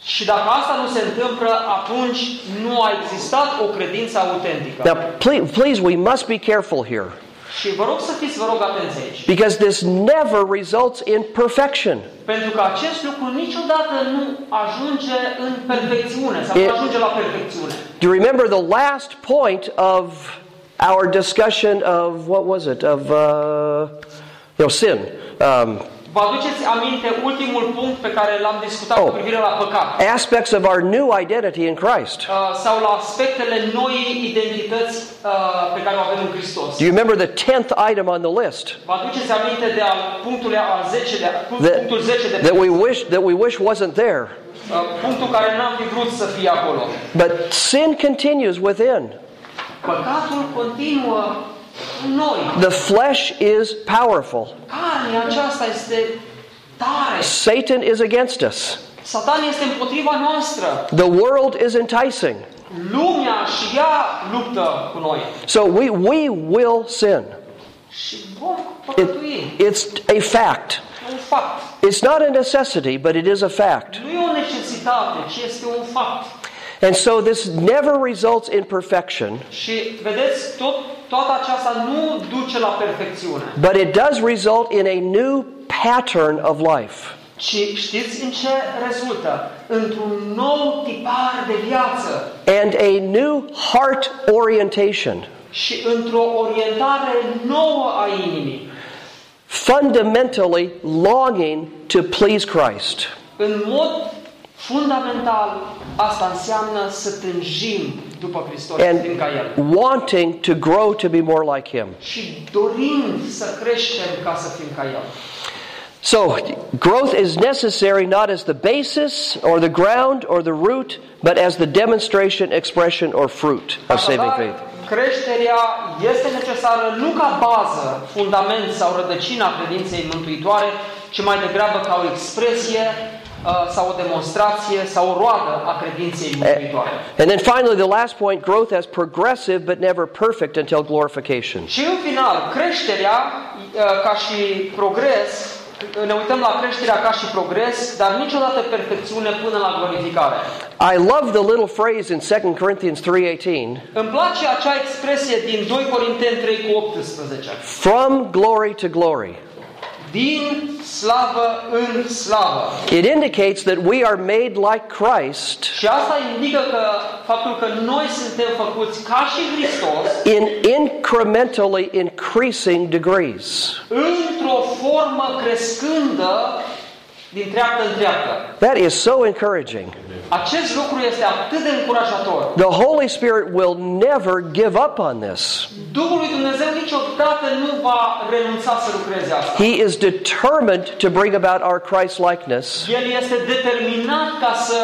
și dacă asta nu se întâmplă, atunci nu a existat o credință autentică.
Now, please, please, we must be careful here
Și vă rog să fiți, vă rog, atenți aici.
because this never results in perfection.
Pentru că acest lucru niciodată nu ajunge în perfecțiune sau
E-
nu ajunge la perfecțiune.
Do you remember the last point of our discussion of what was it? Of uh, no sin. Um,
Vă aduceți aminte ultimul punct pe care l-am discutat
Oh.
cu privire la păcat.
aspects of our new identity in Christ.
Uh, sau la aspectele noii identități uh, pe care o avem în Hristos.
Do you remember the tenth item on the list
Vă aduceți aminte de al punctul al 10 punctul 10 de
that, that we wish that we wish wasn't there?
uh, punctul care n-am fi vrut să fie acolo.
But sin continues within.
Păcatul continuă în noi.
The flesh is powerful.
Carnea aceasta este tare.
Satan is against us.
Satan este împotriva noastră.
The world is enticing.
Lumea și ea luptă cu noi.
So we, we will sin.
Și vom păcătui.
It, it's a fact.
E un fapt.
It's not a necessity, but it is a fact.
Nu e o necesitate, ci este un fapt.
And so this never results in perfection,
Și vedeți, tot, toată aceasta nu duce la perfecțiune.
but it does result in a new pattern of life.
Ci știți în ce rezultă? Într-un nou tipar de viață
and a new heart orientation.
și într-o orientare nouă a inimii.
Fundamentally longing to please Christ.
În mod fundamental, asta înseamnă să tânjim după Hristos din ca El.
and wanting to grow to be more like him.
Și dorim să creștem ca să fim ca El.
So, growth is necessary not as the basis or the ground or the root, but as the demonstration, expression, or fruit of saving
Așadar,
faith.
creșterea este necesară nu ca bază, fundament sau rădăcina credinței mântuitoare, ci mai degrabă ca o expresie uh, sau o demonstrație sau o roadă a credinței mântuitoare.
And then finally, the last point growth as progressive but never perfect until glorification.
Și în final, creșterea uh, ca și progres, ne uităm la creșterea ca și progres, dar niciodată perfecțiune până la glorificare.
I love the little phrase in 2 Corinthians 3:18,
Îmi place acea expresie din 2 Corinteni 3 cu 18.
from glory to glory.
Din slavă în slavă.
It indicates that we are made like Christ
Și asta indică că faptul că noi suntem făcuți ca și Hristos
in incrementally increasing degrees.
într-o formă crescândă din treaptă în treaptă.
That is so encouraging.
Acest lucru este atât de încurajator.
The Holy Spirit will never give up on this.
Duhul lui Dumnezeu niciodată nu va renunța să lucreze asta.
He is determined to bring about our Christ likeness,
El este determinat ca să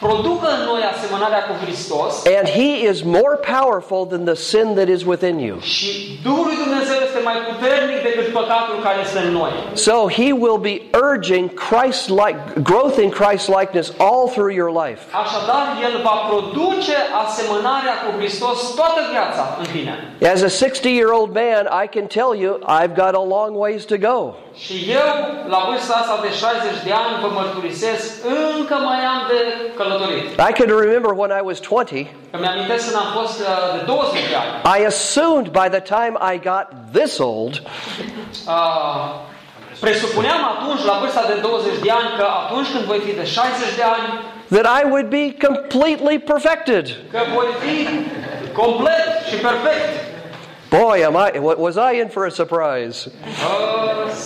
producă în noi asemănarea cu Hristos
and He is more powerful than the sin that is within you.
și Duhul lui Dumnezeu este mai puternic decât păcatul care este în noi.
So He will be urging Christ like growth in Christ likeness all through your life.
Așadar, el va produce asemănarea cu Hristos toată viața în tine.
As a 60 year old man, I can tell you I've got a long ways to go.
Și eu, la vârsta asta de 60 de ani, vă mărturisesc, încă mai am de călătorit.
I can remember when I was 20,
Că mi-amintesc când am fost uh, de 20 de ani.
I assumed by the time I got this old
Uh, presupuneam atunci, la vârsta de 20 de ani, că atunci când voi fi de 60 de ani,
that I would be completely perfected.
că voi fi complet și perfect.
Boy, am I wa- was I in for a surprise.
Uh,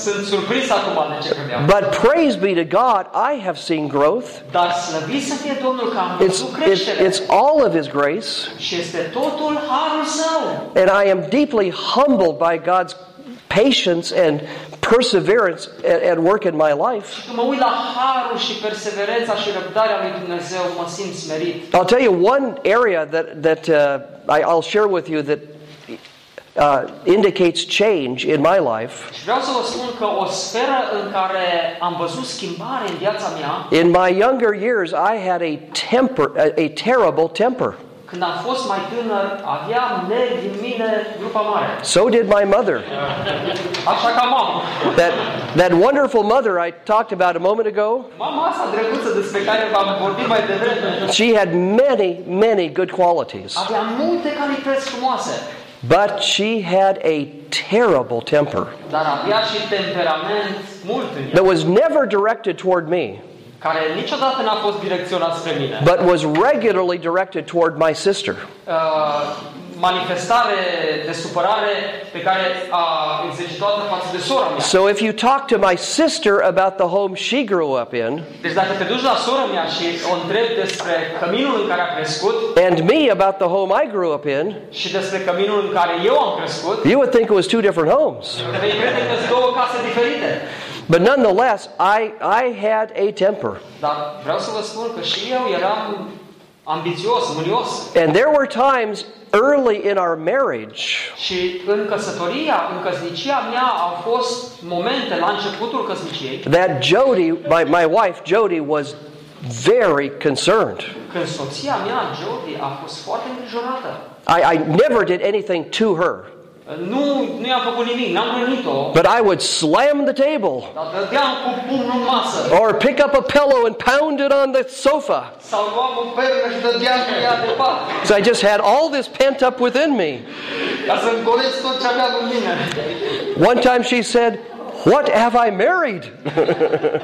sunt surprins acum de ce credeam.
But praise be to God, I have seen growth.
Dar slăvit să fie Domnul că am
It's,
văzut
it's,
creștere
it's all of His grace,
și este totul harul său.
and I am deeply humbled by God's patience and perseverance at, at work in my life.
Când mă uit la harul și perseverența și răbdarea lui Dumnezeu, mă simt smerit.
I'll tell you one area that, that uh, I, I'll share with you that uh, indicates change in my life.
Și vreau să vă spun că o sferă în care am văzut schimbare în viața mea,
In my younger years, I had a temper, a, a terrible temper.
când am fost mai tânăr, aveam nervi în mine grupa mare.
So did my mother.
Așa ca mamă.
That, that wonderful mother I talked about a moment ago,
Mama asta drăguță despre care v-am vorbit mai devreme
she had many, many good qualities,
avea multe calități frumoase,
but she had a terrible temper
dar avea și temperament mult în ea,
that was never directed toward me,
care niciodată n-a fost direcționat spre mine.
but was regularly directed toward my sister.
Uh, manifestare de supărare pe care a exercitat-o față de sora mea.
So if you talk to my sister about the home she grew up in,
Deci dacă te duci la sora mea și o întrebi despre căminul în care a crescut
and me about the home I grew up in,
și despre căminul în care eu am crescut,
you would think it was two different homes.
vei crede că sunt două case diferite.
But nonetheless, I, I had a temper.
Dar vreau să vă spun că și eu eram ambițios, mânios.
And there were times early in our marriage
Și în căsătoria, în căsnicia mea au fost momente la începutul căsniciei
that Jody, my, my wife Jody, was very concerned.
când soția mea, Jody, a fost foarte îngrijorată.
I, I never did anything to her,
Nu, nu i-am făcut nimic, n-am rănit-o,
but I would slam the table
dar dădeam cu pumnul în masă.
or pick up a pillow and pound it on the sofa.
Sau luam o pernă și dădeam cu ea de pat,
So I just had all this pent up within me.
ca să încolesc tot ce aveam în mine.
One time she said, What have I married?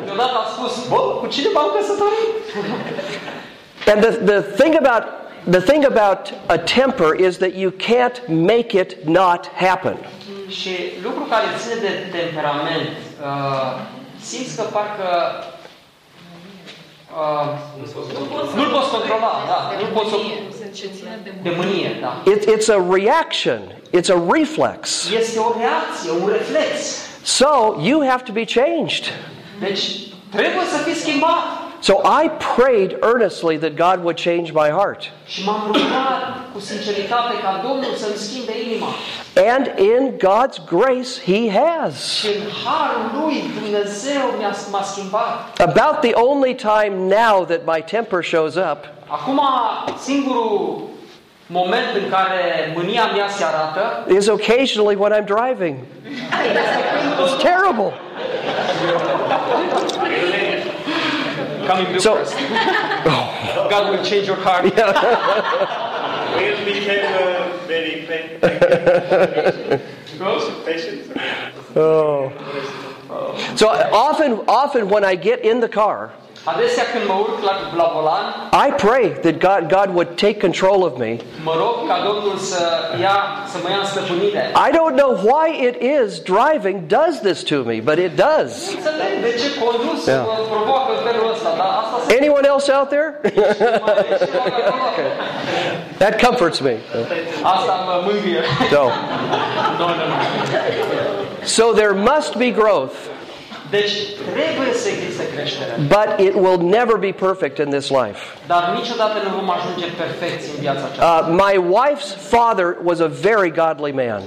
Deodată a spus, bă, cu cine m-am căsătorit?
And the, the thing about the thing about a temper is that you can't make it not happen.
Și lucru care ține de temperament, uh, simți că parcă uh, nu-l poți controla, da, nu poți să- de mânie, da.
It, it's a reaction, it's a reflex.
Este o reacție, un reflex.
So you have to be changed.
Deci trebuie să fii schimbat.
So I prayed earnestly that God would change my heart.
Și m-am rugat cu sinceritate ca Domnul să-mi schimbe inima.
And in God's grace, He has.
Și în harul lui Dumnezeu mi-a, m-a schimbat.
About the only time now that my temper shows up
Acum, singurul moment în care mânia mea se arată
is occasionally when I'm driving. It's terrible.
Coming to
So,
God will change your heart.
Wales became uh, very patient. patient.
so often, often when I get in the car,
[LAUGHS] Adesea când mă urc la, la volan,
I pray that God, God would take control of me.
mă rog ca Domnul să, ia, să mă ia în stăpânire.
I don't know why it is driving does this to me, but it does.
Înțeleg de ce condus
Da.
mă provoacă în felul ăsta, dar asta se
Anyone else out there?
mai [LAUGHS] okay.
that comforts me.
Asta mă mângâie.
So, so there must be growth,
Deci trebuie să existe creștere,
but it will never be perfect in this life.
dar niciodată nu vom ajunge perfecți în viața aceasta.
Uh, my wife's father was a very godly man,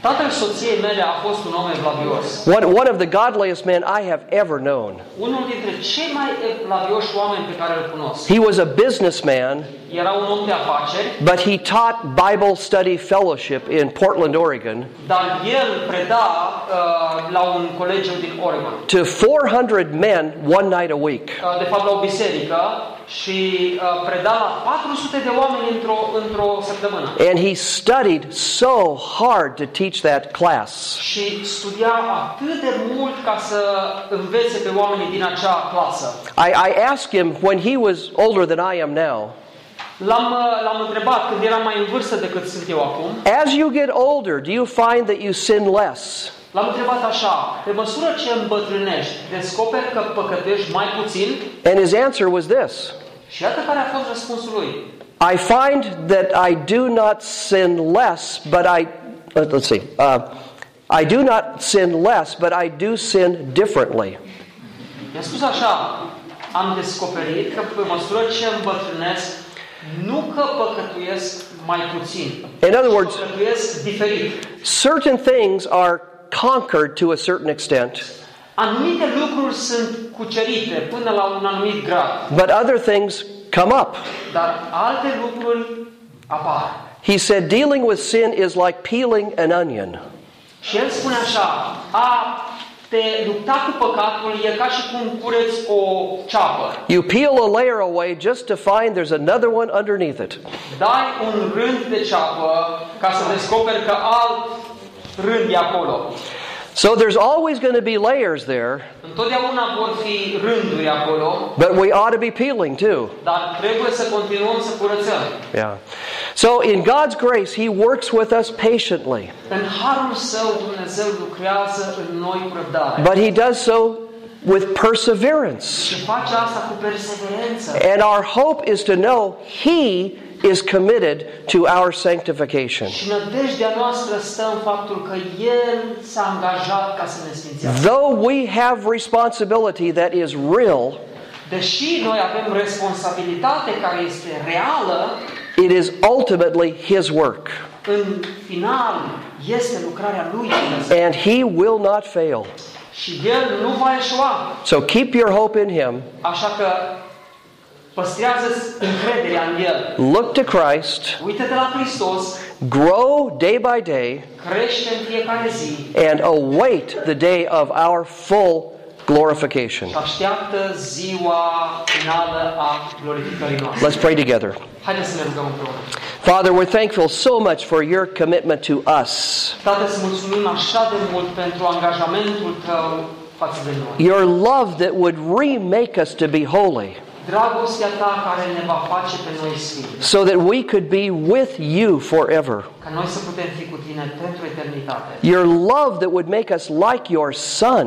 Tatăl soției mele a fost un om evlavios,
one, one of the godliest men I have ever known.
unul dintre cei mai evlavioși oameni pe care îl cunosc.
He was a businessman,
Era un om de afaceri
but he taught Bible study fellowship in Portland, Oregon
Dar el preda uh, la un colegiu din Oregon.
to 400 men one night a week.
Uh, de fapt, la o biserică și uh, preda la 400 de oameni într-o, într-o săptămână.
And he studied so hard to teach that class.
Și studia atât de mult ca să învețe pe oamenii din acea clasă.
I, I asked him when he was older than I am now.
L-am, uh, l-am întrebat când era mai în vârstă decât sunt eu acum.
As you get older, do you find that you sin less?
L-am întrebat așa, pe măsură ce îmbătrânești, descoperi că păcătești mai puțin?
And his answer was this
Și iată care a fost răspunsul lui.
I find that I do not sin less, but I, let- let's see, uh, I do not sin less, but I do sin differently.
I-a spus așa, am descoperit că pe măsură ce îmbătrânesc, nu că păcătuiesc mai puțin,
In other
ci
words-
păcătuiesc diferit.
Certain things are conquered to a certain extent,
Anumite lucruri sunt cucerite până la un anumit grad,
but other things come up.
dar alte lucruri apar.
He said, dealing with sin is like peeling an onion.
Și el spune așa, a te lupta cu păcatul e ca și cum cureți o ceapă.
You peel a layer away just to find there's another one underneath it.
Dai un rând de ceapă ca să descoperi că alt rând e acolo.
So there's always going to be layers there,
Întotdeauna vor fi rânduri acolo,
but we ought to be peeling too.
dar trebuie să continuăm să curățăm.
Yeah. So in God's grace, He works with us patiently,
În harul său Dumnezeu lucrează în noi cu răbdare.
but He does so with perseverance.
Și face asta cu perseverență.
And our hope is to know He is committed to our sanctification.
Și nădejdea noastră stă în faptul că El s-a angajat ca să ne sfințească.
Though we have responsibility that is real,
Deși noi avem responsabilitate care este reală,
it is ultimately His work,
în final este lucrarea lui Dumnezeu
and He will not fail.
și El nu va eșua.
So keep your hope in Him,
Așa că păstrează-ți încrederea în El.
look to Christ,
Uită-te la Hristos,
grow day by day,
crește în fiecare zi
and await the day of our full glorification.
și așteaptă ziua finală a glorificării noastre.
Let's pray together.
Haideți să ne rugăm împreună.
Father, we're thankful so much for your commitment to us.
Tată, îți mulțumim așa de mult pentru angajamentul Tău față de noi.
Your love that would remake us to be holy
Dragostea Ta care ne va face pe noi sfinți.
so that we could be with you forever.
ca noi să putem fi cu tine pentru eternitate.
Your love that would make us like your son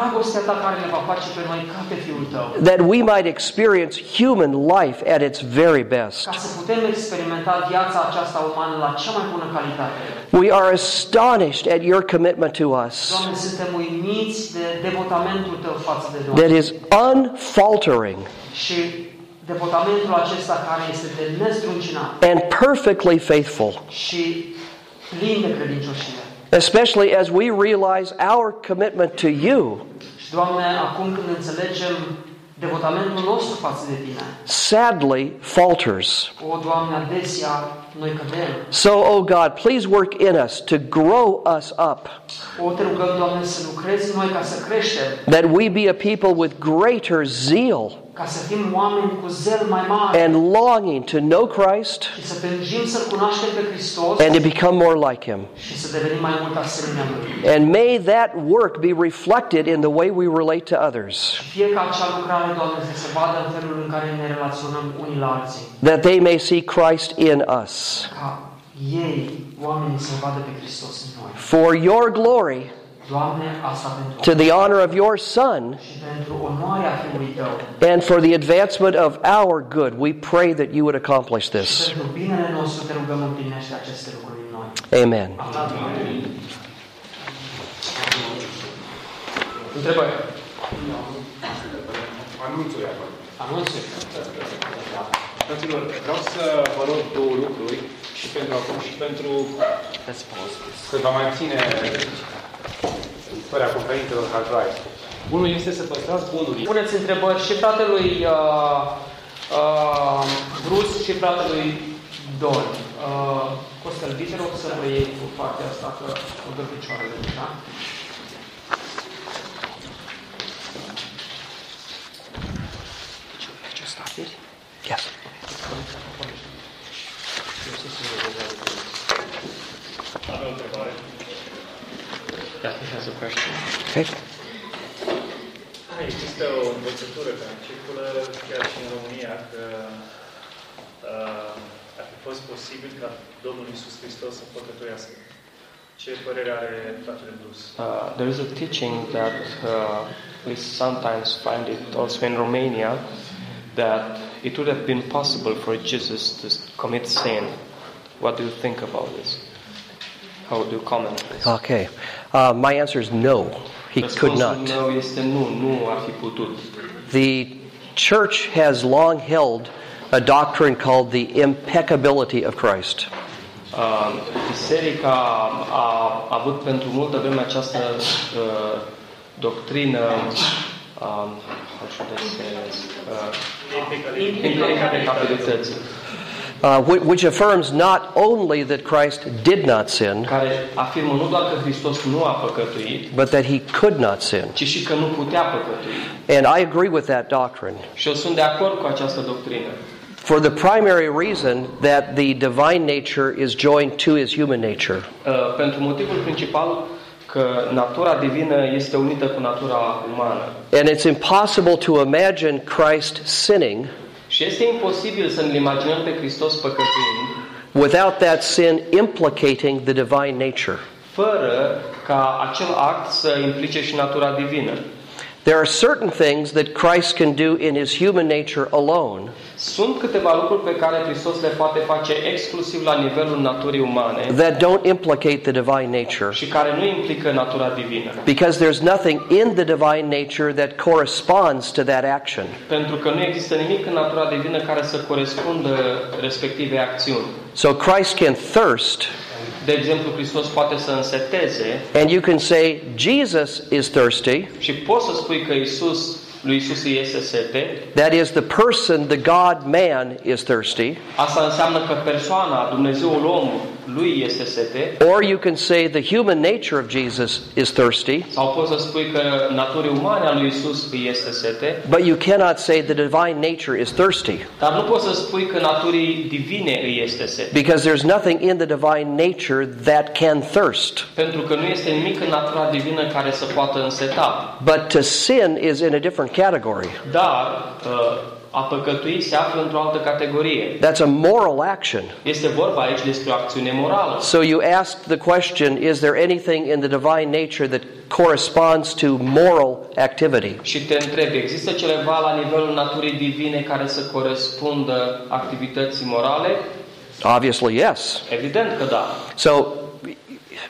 Dragostea ta care ne va face pe noi ca pe Fiul tău,
that we might experience human life at its very
ca
best.
să putem experimenta viața aceasta umană la cea mai bună calitate.
We are astonished at your commitment to us
Doamne, suntem uimiți de devotamentul tău față de noi
that is unfaltering
și devotamentul acesta care este de nezdruncinat
and perfectly faithful,
și plin de credincioșie.
especially as we realize our commitment to you.
Și, Doamne, acum când înțelegem devotamentul nostru față de tine,
sadly falters.
o, Doamne, adesea noi cădem
So, O God, please work in us to grow us up,
O, te rugăm, Doamne, să lucrezi în noi ca să creștem,
that we be a people with greater zeal
ca să fim oameni cu zel mai mare
and longing to know Christ
și să tânjim să-L cunoaștem pe Hristos
and to become more like Him.
și să devenim mai mult asemenea Lui.
And may that work be reflected in the way we relate to others,
Fie ca acea lucrare, Doamne, să se vadă în felul în care ne relaționăm unii la alții,
that they may see Christ in us.
ca ei, oamenii, să vadă pe Hristos în noi.
For your glory,
Doamne, asta pentru
to the honor of your Son,
și pentru onoarea Fiului Tău
and for the advancement of our good, we pray that you would accomplish
și
this.
pentru binele nostru te rugăm împlinește aceste lucruri în noi.
Amen.
Întrebări?
Anunțuri acum.
Anunțuri?
Fraților, vreau să vă rog două lucruri și pentru acum și pentru
Când va mai ține istoria conferințelor Hardrise. Unul este să păstrați bunurile.
Puneți întrebări și fratelui uh, uh, Bruce și fratelui Don. Uh, Costel, vi te rog să reiei cu partea asta, că o dă picioarele da? deja.
Yes. Okay.
Ah, Există o învățătură care circulă chiar și în România că uh, ar fi fost posibil ca Domnul Iisus Hristos să păcătuiască. Ce părere are fratele Bruce?
Uh, there is a teaching that uh, we sometimes find it also in Romania that it would have been possible for Jesus to commit sin. What do you think about this? How do you comment on this?
Okay. Uh, my answer is no, he could
Răspunsul
not.
meu este nu, nu ar fi putut.
The church has long held a doctrine called the impeccability of Christ.
Uh, Biserica a avut pentru multă vreme această uh, doctrină um, how should I say this? Uh, impeccabilității,
uh, whi- which affirms not only that Christ did not sin,
care afirmă nu doar că Hristos nu a păcătuit,
but that he could not sin.
ci și că nu putea păcătui.
And I agree with that doctrine
Și eu sunt de acord cu această doctrină.
for the primary reason that the divine nature is joined to his human nature.
Uh, Pentru motivul principal că natura divină este unită cu natura umană.
And it's impossible to imagine Christ sinning
Și este imposibil să ne imaginăm pe Hristos păcătuind
without that sin implicating the divine nature.
fără ca acel act să implice și natura divină.
There are certain things that Christ can do in his human nature alone
Sunt câteva lucruri pe care Hristos le poate face exclusiv la nivelul naturii umane
that don't implicate the divine nature
și care nu implică natura divină,
because there's nothing in the divine nature that corresponds to that action.
pentru că nu există nimic în natura divină care să corespundă respective acțiuni.
So Christ can thirst,
De exemplu, Hristos poate să înseteze
and you can say, Jesus is thirsty.
și poți să spui că Isus, lui Isus îi este sete,
That is, the person, the God man, is thirsty.
asta înseamnă că persoana, Dumnezeul om, lui este sete,
Or you can say, the human nature of Jesus is thirsty.
sau poți să spui că naturii umane a lui Isus îi este sete,
But you cannot say the divine nature is thirsty
Dar nu poți să spui că naturii divine îi este sete,
because there's nothing in the divine nature that can thirst.
pentru că nu este nimic în natura divină care să poată înseta.
But to sin is in a different category.
Dar uh, a păcătui se află într-o altă categorie.
That's a moral action.
Este vorba aici despre o acțiune morală.
So you ask the question is there anything in the divine nature that corresponds to moral activity?
Și te întreb, există cineva la nivelul naturii divine care să corespundă activității morale?
Obviously, yes.
Evident că da.
So,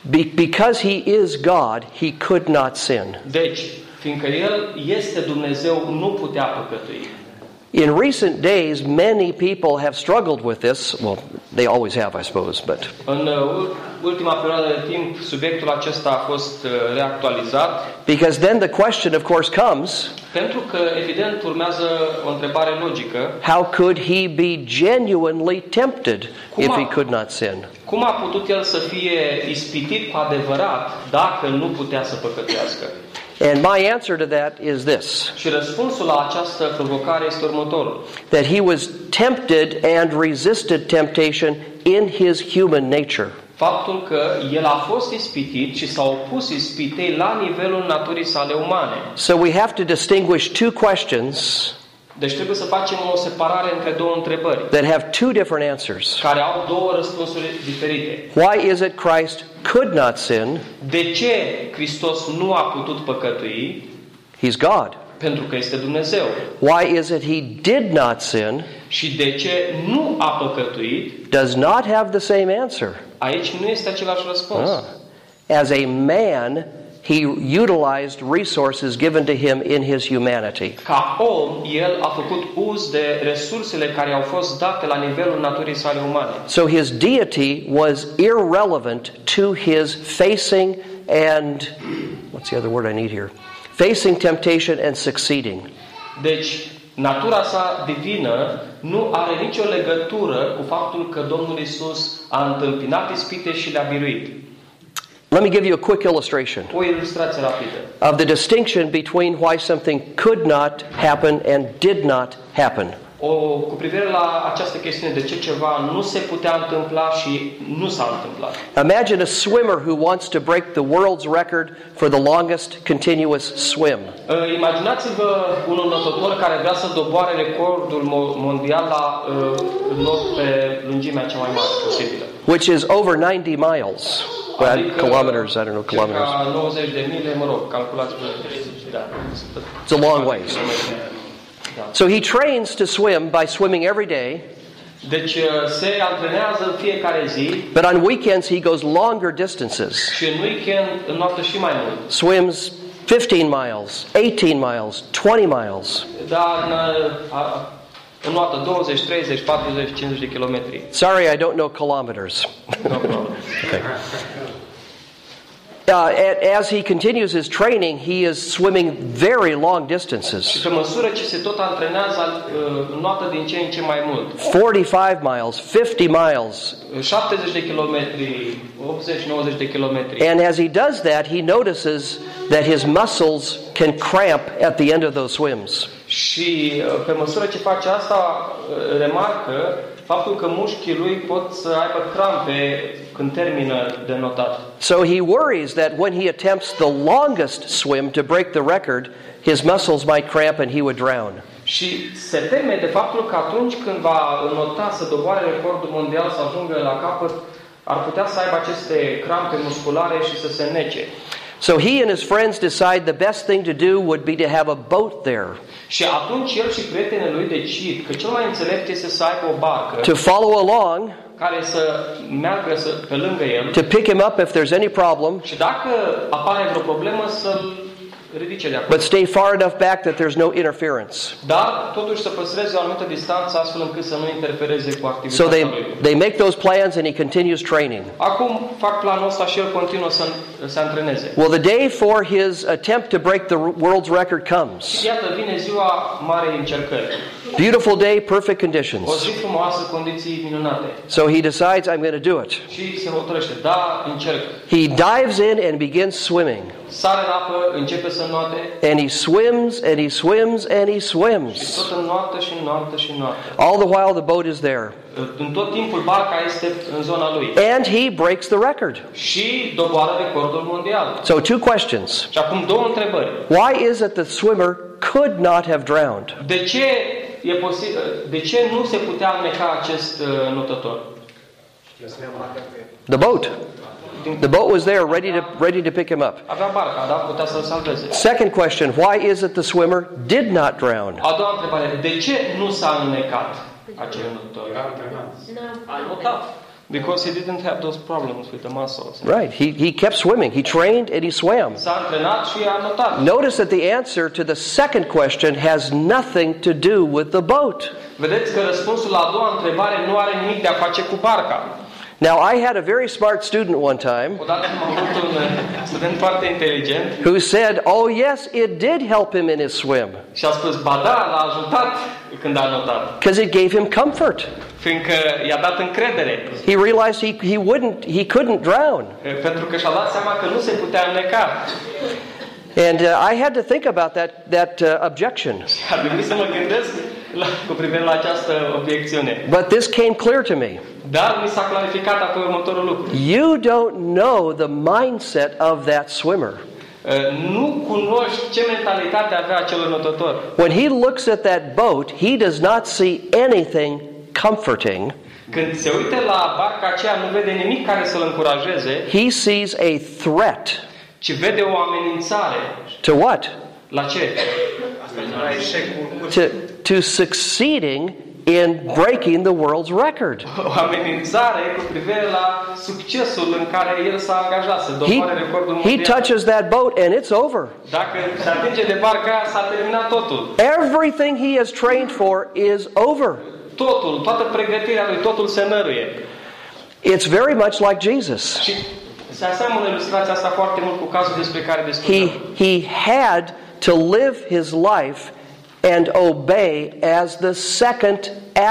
be, because he is God, he could not sin.
Deci, fiindcă El este Dumnezeu, nu putea păcătui.
In recent days, many people have struggled with this. Well, they always have, I suppose, but
În uh, ultima perioadă de timp, subiectul acesta a fost uh, reactualizat
because then the question, of course, comes
Pentru că, evident, urmează o întrebare logică.
how could he be genuinely tempted if he could not sin?
Cum a putut el să fie ispitit cu adevărat dacă nu putea să păcătuiască?
And my answer to that is this
Și răspunsul la această provocare este următorul.
that he was tempted and resisted temptation in his human nature.
Faptul că el a fost ispitit și s-a opus ispitei la nivelul naturii sale umane.
So we have to distinguish two questions
Deci trebuie să facem o separare între două întrebări,
that have two different answers.
care au două răspunsuri diferite.
Why is it Christ could not sin?
De ce Hristos nu a putut păcătui?
He's God.
Pentru că este Dumnezeu.
Why is it he did not sin?
Și de ce nu a păcătuit?
Does not have the same answer.
Aici nu este același răspuns.
Ah. As a man, he utilized resources given to him in his humanity.
Ca om, el a făcut uz de resursele care au fost date la nivelul naturii sale umane.
So his deity was irrelevant to his facing and what's the other word I need here? Facing temptation and succeeding.
Deci, natura sa divină nu are nicio legătură cu faptul că Domnul Isus a întâmpinat ispite și le-a biruit.
Let me give you a quick illustration
O ilustrație rapidă.
of the distinction between why something could not happen and did not happen.
O, cu privire la această chestiune de ce ceva nu se putea întâmpla și nu s-a întâmplat.
Imagine a swimmer who wants to break the world's record for the longest continuous swim.
Uh, Imaginați-vă un înotător care vrea să doboare recordul mo- mondial la ă, uh, not pe lungimea cea mai mare posibilă, Adică
which is over 90 miles. Well, kilometers, I don't know, kilometers.
Circa 90 de mile, mă rog, calculați pe 30, da.
It's a long ways. So he trains to swim by swimming every day,
Deci uh, se antrenează în fiecare zi
but on weekends he goes longer distances.
și în weekend înnoaptă și mai mult.
Swims 15 miles, 18 miles, 20 miles.
Dar în, uh, a- înnoaptă 20, 30, 40, 50 de kilometri.
Sorry, I don't know kilometers.
No problem.
Uh, a- as he continues his training, he is swimming very long
Și
distances
pe măsură ce se tot antrenează, uh, înnoaptă din ce în ce mai mult.
45 miles, 50 miles.
70 de kilometri, 80-90 de kilometri.
And as he does that, he notices that his muscles can cramp at the end of those swims.
Și uh, pe măsură ce face asta, uh, remarcă faptul că mușchii lui pot să aibă crampe când termină de notat.
So he worries that when he attempts the longest swim to break the record, his muscles might cramp and he would drown.
Și se teme de faptul că atunci când va nota să doboare recordul mondial, să ajungă la capăt, ar putea să aibă aceste crampe musculare și să se nece.
So he and his friends decide the best thing to do would be to have a boat there,
Și atunci el și prietenii lui decid că cel mai înțelept este să aibă o barcă
to follow along,
care să meargă să, pe lângă el
to pick him up if there's any problem,
și dacă apare vreo problemă să-l ridice de acolo.
but stay far enough back that there's no interference.
Dar totuși să păstreze o anumită distanță astfel încât să nu interfereze cu
So
activitatea
they,
lui.
they make those plans and he continues training.
Acum fac planul ăsta și el continuă să se antreneze.
Well, the day for his attempt to break the world's record comes.
Iată, vine ziua marei încercări.
Beautiful day, perfect
O
conditions.
zi frumoasă, condiții minunate.
So he decides, I'm going to do it.
Și se hotărăște, da, încerc.
He dives in and begins swimming.
Sare în apă, începe să noate,
And he swims and he swims and he
și
swims.
tot în noapte și în noapte și în noapte.
All the while, the boat is there.
În tot timpul barca este în zona lui.
And he breaks the record.
Și doboară recordul mondial.
So, two questions.
Și acum două întrebări.
Why is it the swimmer could not have drowned?
De ce, e posi- de ce nu se putea alneca acest uh, notător?
The boat. The boat was there ready to, ready to pick him up.
Avea barca, da? Putea să-l salveze.
Second question Why is it the swimmer did not drown?
A doua întrebare. De ce nu s-a înnecat acel notător?
Era antrenat.
A notat. Because he didn't have those problems with the muscles.
Right, he, he kept swimming. He trained and he swam.
S-a antrenat și a notat.
Notice that the answer to the second question has nothing to do with the boat.
Vedeți că răspunsul la a doua întrebare nu are nimic de a face cu barca.
Now, I had a very smart student one time
Odată am avut un uh, student foarte inteligent
who said, Oh, yes, it did help him in his swim
și a spus, ba da, l-a ajutat când a notat.
because it gave him comfort.
Fiindcă i-a dat încredere.
He realized he, he, wouldn't, he couldn't drown.
Uh, Pentru că și-a dat seama că nu se putea înneca.
And uh, I had to think about that, that uh, objection.
Ar trebui să mă gândesc la, cu privire la această obiecțiune.
But this came clear to me.
Dar mi s-a clarificat apoi următorul lucru.
You don't know the mindset of that swimmer.
Uh, Nu cunoști ce mentalitate avea acel notător.
When he looks at that boat, he does not see anything comforting.
Când se uită la barca aceea, nu vede nimic care să-l încurajeze,
He sees a threat
ci vede o amenințare.
to what?
La ce? [LAUGHS]
To, to succeeding in breaking the world's record.
O amenințare cu privire la succesul în care el s-a angajat să
He,
doboare recordul
he
mondial.
touches that boat and it's over.
Dacă se atinge de barca aia, s-a terminat totul.
Everything he has trained for is over.
Totul, toată pregătirea lui, totul se năruie.
It's very much like Jesus.
Și se aseamănă ilustrația asta foarte mult cu cazul despre care
He,
discutăm.
he had to live his life and obey as the second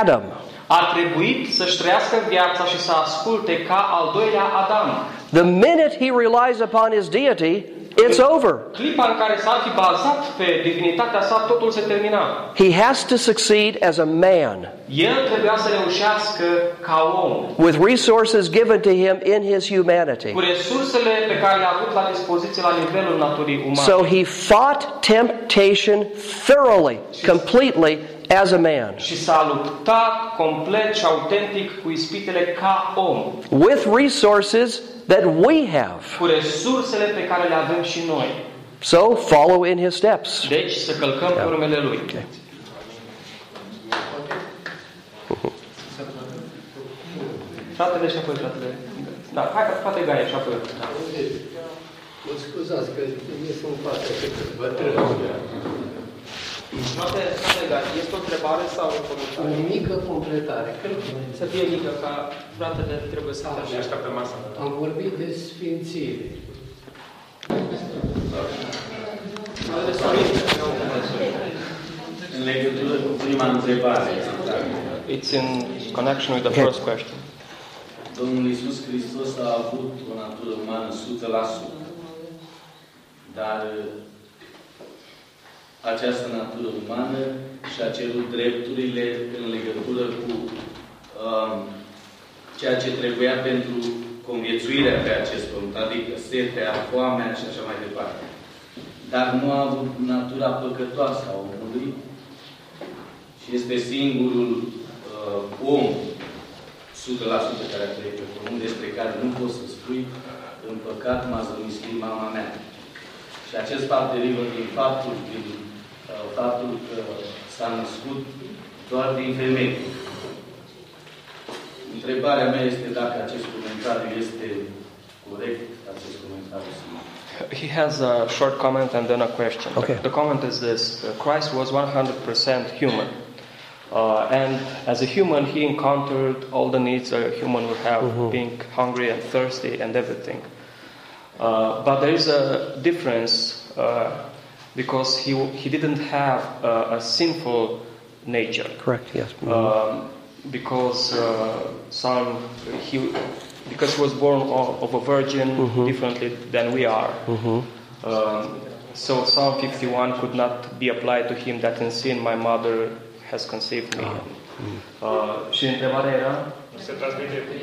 Adam.
A trebuit să-și trăiască viața și să asculte ca al doilea Adam.
The minute he relies upon his deity, it's over.
Clipa în care s-ar fi bazat pe divinitatea sa, totul se termina.
He has to succeed as a man
El trebuia să reușească ca om,
with resources given to him in his humanity.
cu resursele pe care le-a avut la dispoziție la nivelul naturii umane.
So he fought temptation thoroughly, completely, as a man,
și s-a luptat complet și autentic cu ispitele ca om,
with resources that we have.
cu resursele pe care le avem și noi.
So follow in his steps.
Deci să călcăm pe urmele lui. Fratele și apoi fratele. Da, hai că poate Gaia și apoi. Da.
Mă scuzați că ies în față, vă întreb.
Frate, frate Gaia, este o întrebare sau o comentare?
O mică completare. Cred că
Să fie mică, ca fratele trebuie să
Și
așa.
asta pe masă.
am vorbit de sfințire.
În legătură cu prima întrebare,
Da.
It's in connection with the first question.
Domnul Iisus Hristos a avut o natură umană 100%, dar uh, această natură umană și-a cerut drepturile în legătură cu um, ceea ce trebuia pentru conviețuirea pe acest pământ, adică setea, foamea și așa mai departe. Dar nu a avut natura păcătoasă a omului și este singurul uh, om 100% care a trăit pe pământ, despre care nu poți să spui, în păcat m-a zămislit mama mea. Și acest fapt derivă din faptul, din uh, faptul că s-a născut doar din femeie. Întrebarea mea este dacă acest comentariu este corect, acest comentariu sau nu.
He has a short comment and then a question.
Okay.
The comment is this uh, Christ was 100% human. Uh, and as a human, he encountered all the needs a human would have being hungry and thirsty and everything. Uh, but there is a difference uh, because he, he didn't have uh, a sinful nature.
Correct, yes.
um, because uh, some he because he was born of, of a virgin differently than we are. Um, so Psalm 51 could not be applied to him that in sin my mother has conceived me. Uh, și întrebarea era?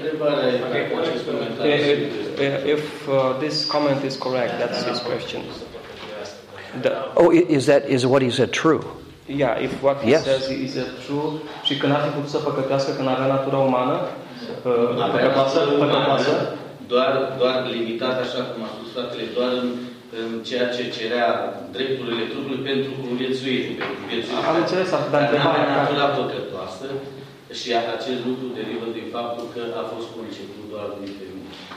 Întrebarea e dacă acest comentariu
If,
este
eh, if uh, this comment is correct, that's his question. The-
Oh, i- is that is what he said true?
yeah, if what he
Yes.
says is uh, true și că n-ar fi putut să păcătească, că n-avea natura umană, uh,
Avea
păcătoasă,
natură
păcătoasă,
umană, doar, doar limitat, așa cum a spus fratele, doar în, în ceea ce cerea drepturile trupului pentru conviețuire. Pentru viețuire.
Am înțeles asta, dar
Dar nu
întrebarea
avea
mea-
natura păcătoasă și acest lucru derivă din faptul că a fost conceput doar din femeie.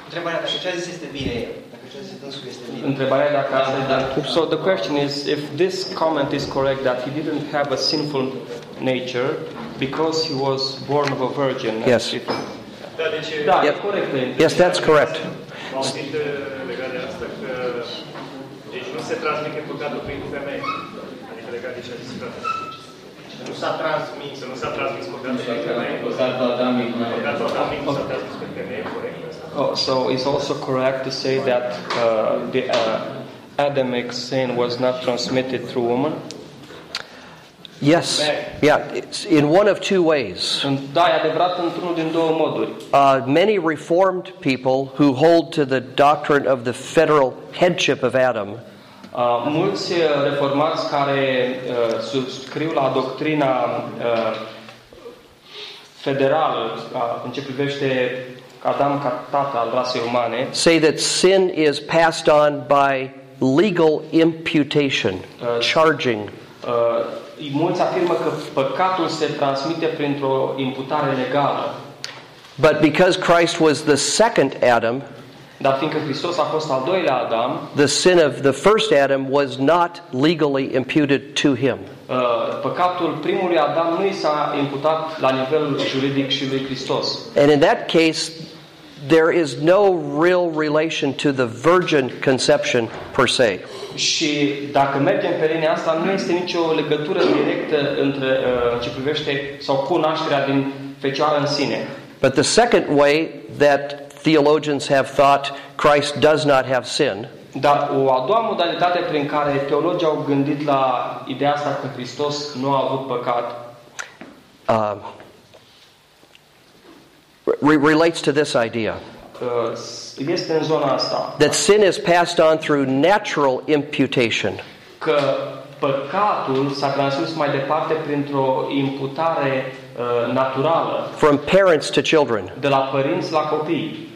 Întrebarea, dacă ce a zis este bine, dacă ce a zis dânsul este bine.
Întrebarea dacă asta
Da,
e- So the question is if this comment is correct that he didn't have a sinful nature because he was born of a virgin. and
Yes.
it-
Da, deci
Da, e
Yep.
corect. e-
Yes, that's correct.
m-am auzit eh, legat de asta că deci nu se transmite păcatul prin femeie. Adică legat de ce a zis fratele. Nu s-a transmis, nu s-a transmis păcatul prin femeie.
Păcatul Adamic nu era.
Păcatul adamic nu s-a transmis prin femeie, corect asta.
Oh, so it's also correct to say that uh, the uh, Adamic sin was not transmitted through woman.
Yes. Yeah, it's in one of two ways.
Sunt- Da, e adevărat într-unul din două moduri.
Uh, many Reformed people who hold to the doctrine of the federal headship of Adam
Uh, mulți uh, reformați care uh, subscriu la doctrina uh, federală uh, în ce privește Adam ca tată al rasei umane
say that sin is passed on by legal imputation,
Uh,
charging.
Uh, mulți afirmă că păcatul se transmite printr-o imputare legală.
But because Christ was the second Adam,
Dar fiindcă Hristos a fost al doilea Adam,
the sin of the first Adam was not legally imputed to him.
uh, păcatul primului Adam nu i s-a imputat la nivel juridic și lui Hristos.
And in that case, there is no real relation to the virgin conception per se.
Și dacă mergem pe linia asta, nu este nicio legătură directă între uh, ce privește sau cu nașterea din fecioară în sine.
But the second way that theologians have thought Christ does not have sin
Dar o a doua modalitate prin care teologii au gândit la ideea asta că Hristos nu a avut păcat
um, re- relates to this idea
uh, s- este în zona asta.
that sin is passed on through natural imputation.
Că păcatul s-a transmis mai departe printr-o imputare uh, naturală
from parents to children.
de la părinți la copii.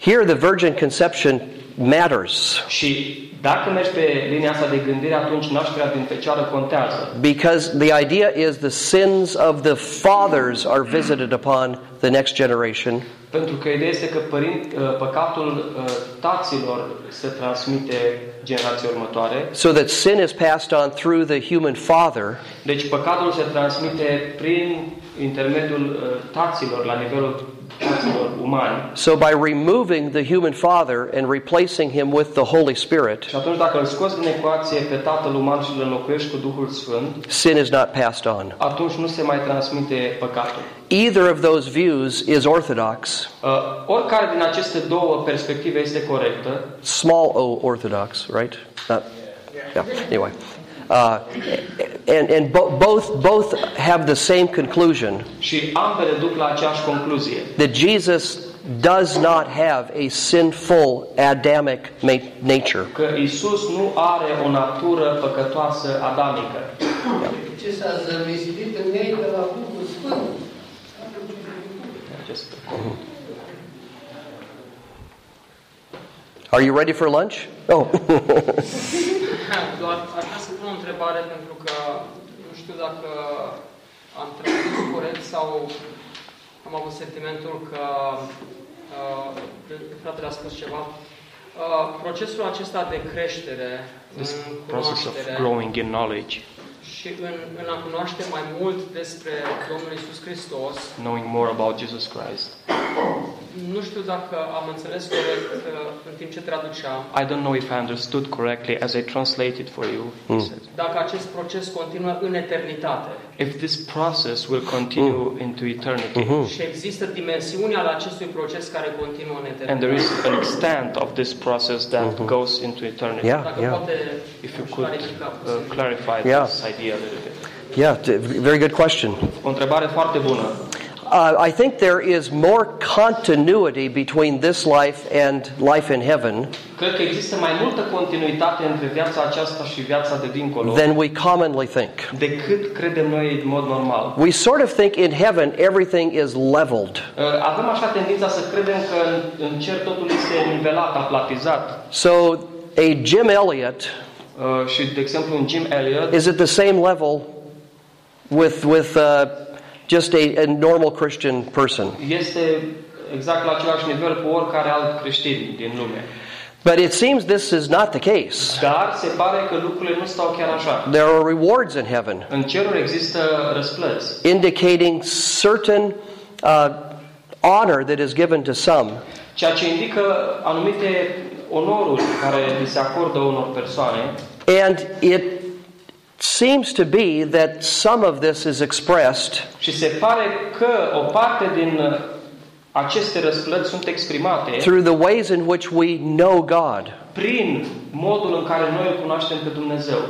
Here, the virgin conception matters
Și dacă mergi pe linia asta de gândire, atunci nașterea din fecioară contează.
because the idea is the sins of the fathers are visited upon the next generation,
Pentru că ideea este că părin, uh, păcatul uh, taților se transmite generației următoare.
so that sin is passed on through the human father,
Deci păcatul se transmite prin intermediul uh, taților, la nivelul taților umani.
So, by removing the human father and replacing him with the Holy Spirit,
Și atunci dacă îl scoți din ecuație pe tatăl uman și îl înlocuiești cu Duhul Sfânt,
sin is not passed on.
atunci nu se mai transmite păcatul.
Either of those views is orthodox,
Uh, oricare din aceste două perspective este corectă,
small o orthodox, right? Not, yeah. Anyway, uh, and and bo- both both have the same conclusion
Și ambele duc la aceeași concluzie.
that Jesus does not have a sinful Adamic ma- nature.
Că Isus nu are o natură păcătoasă adamică.
Ce s-a zămislit în ei de la Duhul Sfânt?
Acest-
Are you ready for lunch? Oh, [LAUGHS]
[CLEARS THROAT] Doar aș vrea să pun o întrebare pentru că nu știu dacă am trecut corect sau am avut sentimentul că uh, fratele a spus ceva. Uh, procesul acesta de creștere în
This process of
cunoaștere
growing in knowledge,
și în, în a cunoaște mai mult despre Domnul Isus Hristos,
knowing more about Jesus Christ.
nu știu dacă am înțeles corect uh, în timp ce traduceam,
I don't know if I understood correctly as I translated for you. he said.
dacă acest proces continuă în eternitate
If this process will continue into eternity,
Hmm.
și există dimensiunea la acestui proces care continuă în eternitate.
and there is an extent of this process that goes into eternity.
Yeah.
Dacă poate
If you
își
could
clarifica
uh,
puțin.
clarify
Yeah.
this idea a little bit.
yeah, d- very good question.
O întrebare foarte bună.
Uh, I think there is more continuity between this life and life in heaven
Cred că există mai multă continuitate între viața aceasta și viața de dincolo
than we commonly think.
decât credem noi în mod normal.
We sort of think in heaven everything is leveled.
Uh, Avem așa tendința să credem că în- în cer totul este nivelat, aplatizat.
So a Jim Elliot
Uh, Și, de exemplu, un Jim Elliot
is at the same level with with uh, just a, a normal Christian person.
este exact la același nivel cu oricare alt creștin din lume.
But it seems this is not the case.
Dar se pare că lucrurile nu stau chiar așa.
There are rewards in heaven
În ceruri există răsplăți,
indicating certain uh, honor that is given to some.
ceea ce indică anumite onoruri care li se acordă unor persoane
And it seems to be that some of this is expressed
Și se pare că o parte din uh, aceste răsplăți sunt exprimate
through the ways in which we know God.
prin modul în care noi îl cunoaștem pe Dumnezeu.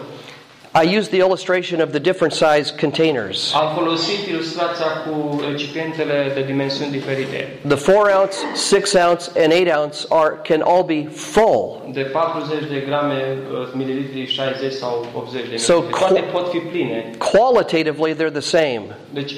I used the illustration of the different size containers.
Am folosit ilustrația cu recipientele de dimensiuni diferite.
The 4 ounce, 6 ounce, and 8 ounce are, can all be full.
De 40 de grame, uh, mililitri, 60 sau 80 de
So
mililitri. Toate
co-
pot fi pline.
Qualitatively, they're the same,
Deci,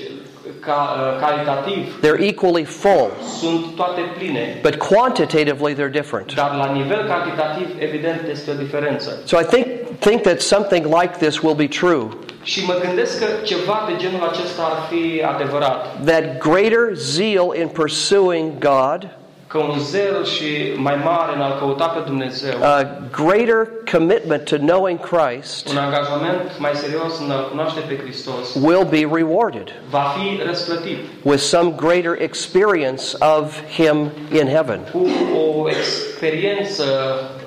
ca, uh, calitativ,
they're equally full.
sunt toate pline.
But quantitatively, they're different.
Dar la nivel cantitativ, evident, este o diferență.
So I think, think that something like this will be true.
Și mă gândesc că ceva de genul acesta ar fi adevărat.
That greater zeal in pursuing God,
că un zel și mai mare în a-L căuta pe Dumnezeu,
a uh, greater commitment to knowing Christ,
un angajament mai serios în a-L cunoaște pe Hristos,
will be rewarded
va fi răsplătit
with some greater experience of Him in heaven.
cu o experiență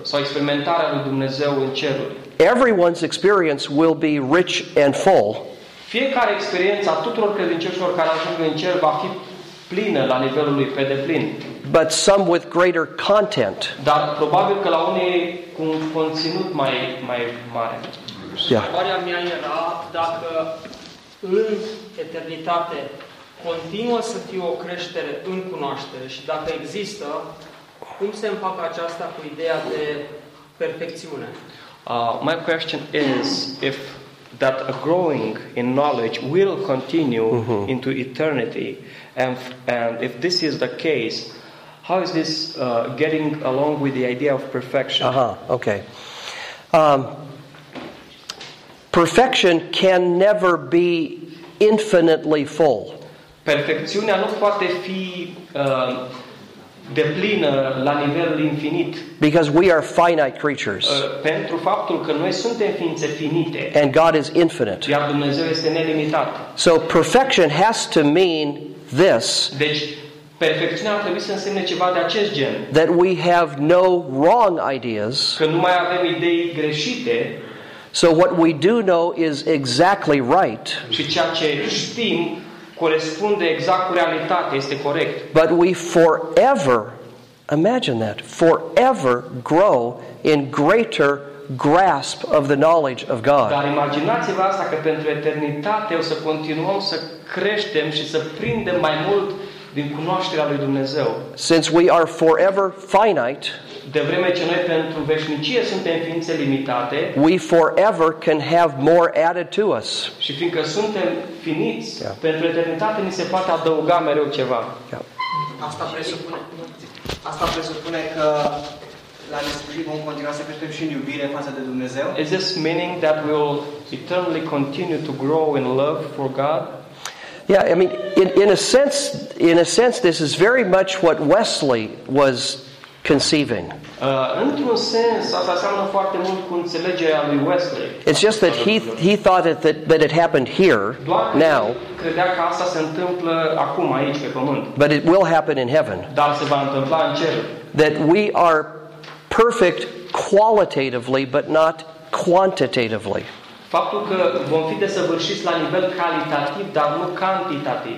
sau experimentarea lui Dumnezeu în ceruri.
Everyone's experience will be rich and full,
Fiecare experiență a tuturor credincioșilor care ajung în cer va fi plină la nivelul lui, pe deplin.
but some with greater content.
Dar probabil că la unii cu un conținut mai, mai mare.
Yeah.
Întrebarea mea era dacă în eternitate continuă să fie o creștere în cunoaștere și dacă există, cum se împacă aceasta cu ideea de perfecțiune?
Uh, my question is if that a growing in knowledge will continue into eternity, and, f- and if this is the case, how is this uh, getting along with the idea of perfection?
Uh huh. Okay. Um, perfection can never be infinitely full.
Perfecțiunea nu poate fi uh, deplină la nivel infinit,
Because we are finite creatures
uh, pentru faptul că noi suntem ființe finite,
and God is infinite.
iar Dumnezeu este nelimitat.
So perfection has to mean this
Deci, perfecțiunea ar trebui să însemne ceva de acest gen,
that we have no wrong ideas.
că nu mai avem idei greșite
So what we do know is exactly right,
și ceea ce știm corespunde exact cu realitatea, este corect.
but we forever, imagine that, forever grow in greater grasp of the knowledge of God.
Dar imaginați-vă asta că pentru eternitate o să continuăm să creștem și să prindem mai mult din cunoașterea lui Dumnezeu.
Since we are forever finite,
De vreme ce noi pentru veșnicie suntem ființe limitate
we forever can have more added to us.
și fiindcă suntem finiți, pentru eternitate ni se poate adăuga mereu ceva.
Asta presupune, asta presupune că la nesfârșit vom continua să creștem și în iubire față de Dumnezeu.
Is this meaning that we will eternally continue to grow in love for God?
Yeah, I mean, in, in a sense, in a sense, this is very much what Wesley was conceiving.
Uh, într-un sens, asta seamănă foarte mult cu înțelegerea lui Wesley.
It's just that he he thought it, that that it happened here
Doar că
now,
credea că asta se întâmplă acum, aici, pe pământ.
but it will happen in heaven.
Dar se va întâmpla în cer.
That we are perfect qualitatively, but not quantitatively.
Faptul că vom fi desăvârșiți la nivel calitativ, dar nu cantitativ.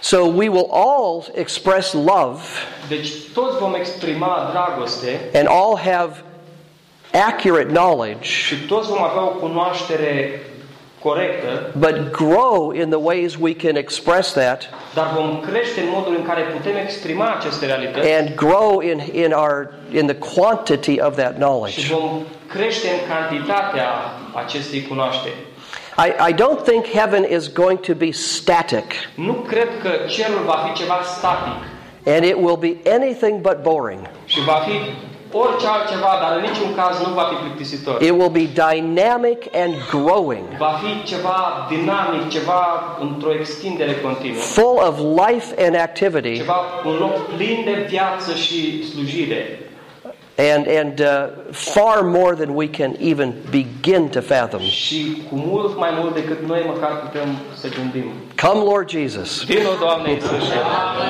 So we will all express love
Deci toți vom exprima dragoste
and all have accurate knowledge,
și toți vom avea o cunoaștere corectă,
but grow in the ways we can express that,
dar vom crește în modul în care putem exprima aceste realități
and grow in in our in the quantity of that
și
knowledge.
vom crește în cantitatea acestei cunoașteri.
I, I don't think heaven is going to be static,
Nu cred că cerul va fi ceva static
and it will be anything but boring.
și va fi orice altceva, dar în niciun caz nu va fi plictisitor.
It will be dynamic and growing,
Va fi ceva dinamic, ceva într-o extindere continuă.
full of life and activity,
Ceva, un loc plin de viață și slujire.
and, and uh, far more than we can even begin to fathom.
Și cu mult mai mult decât noi măcar putem să gândim.
Come, Lord Jesus.
Vino, Doamne Iisuse!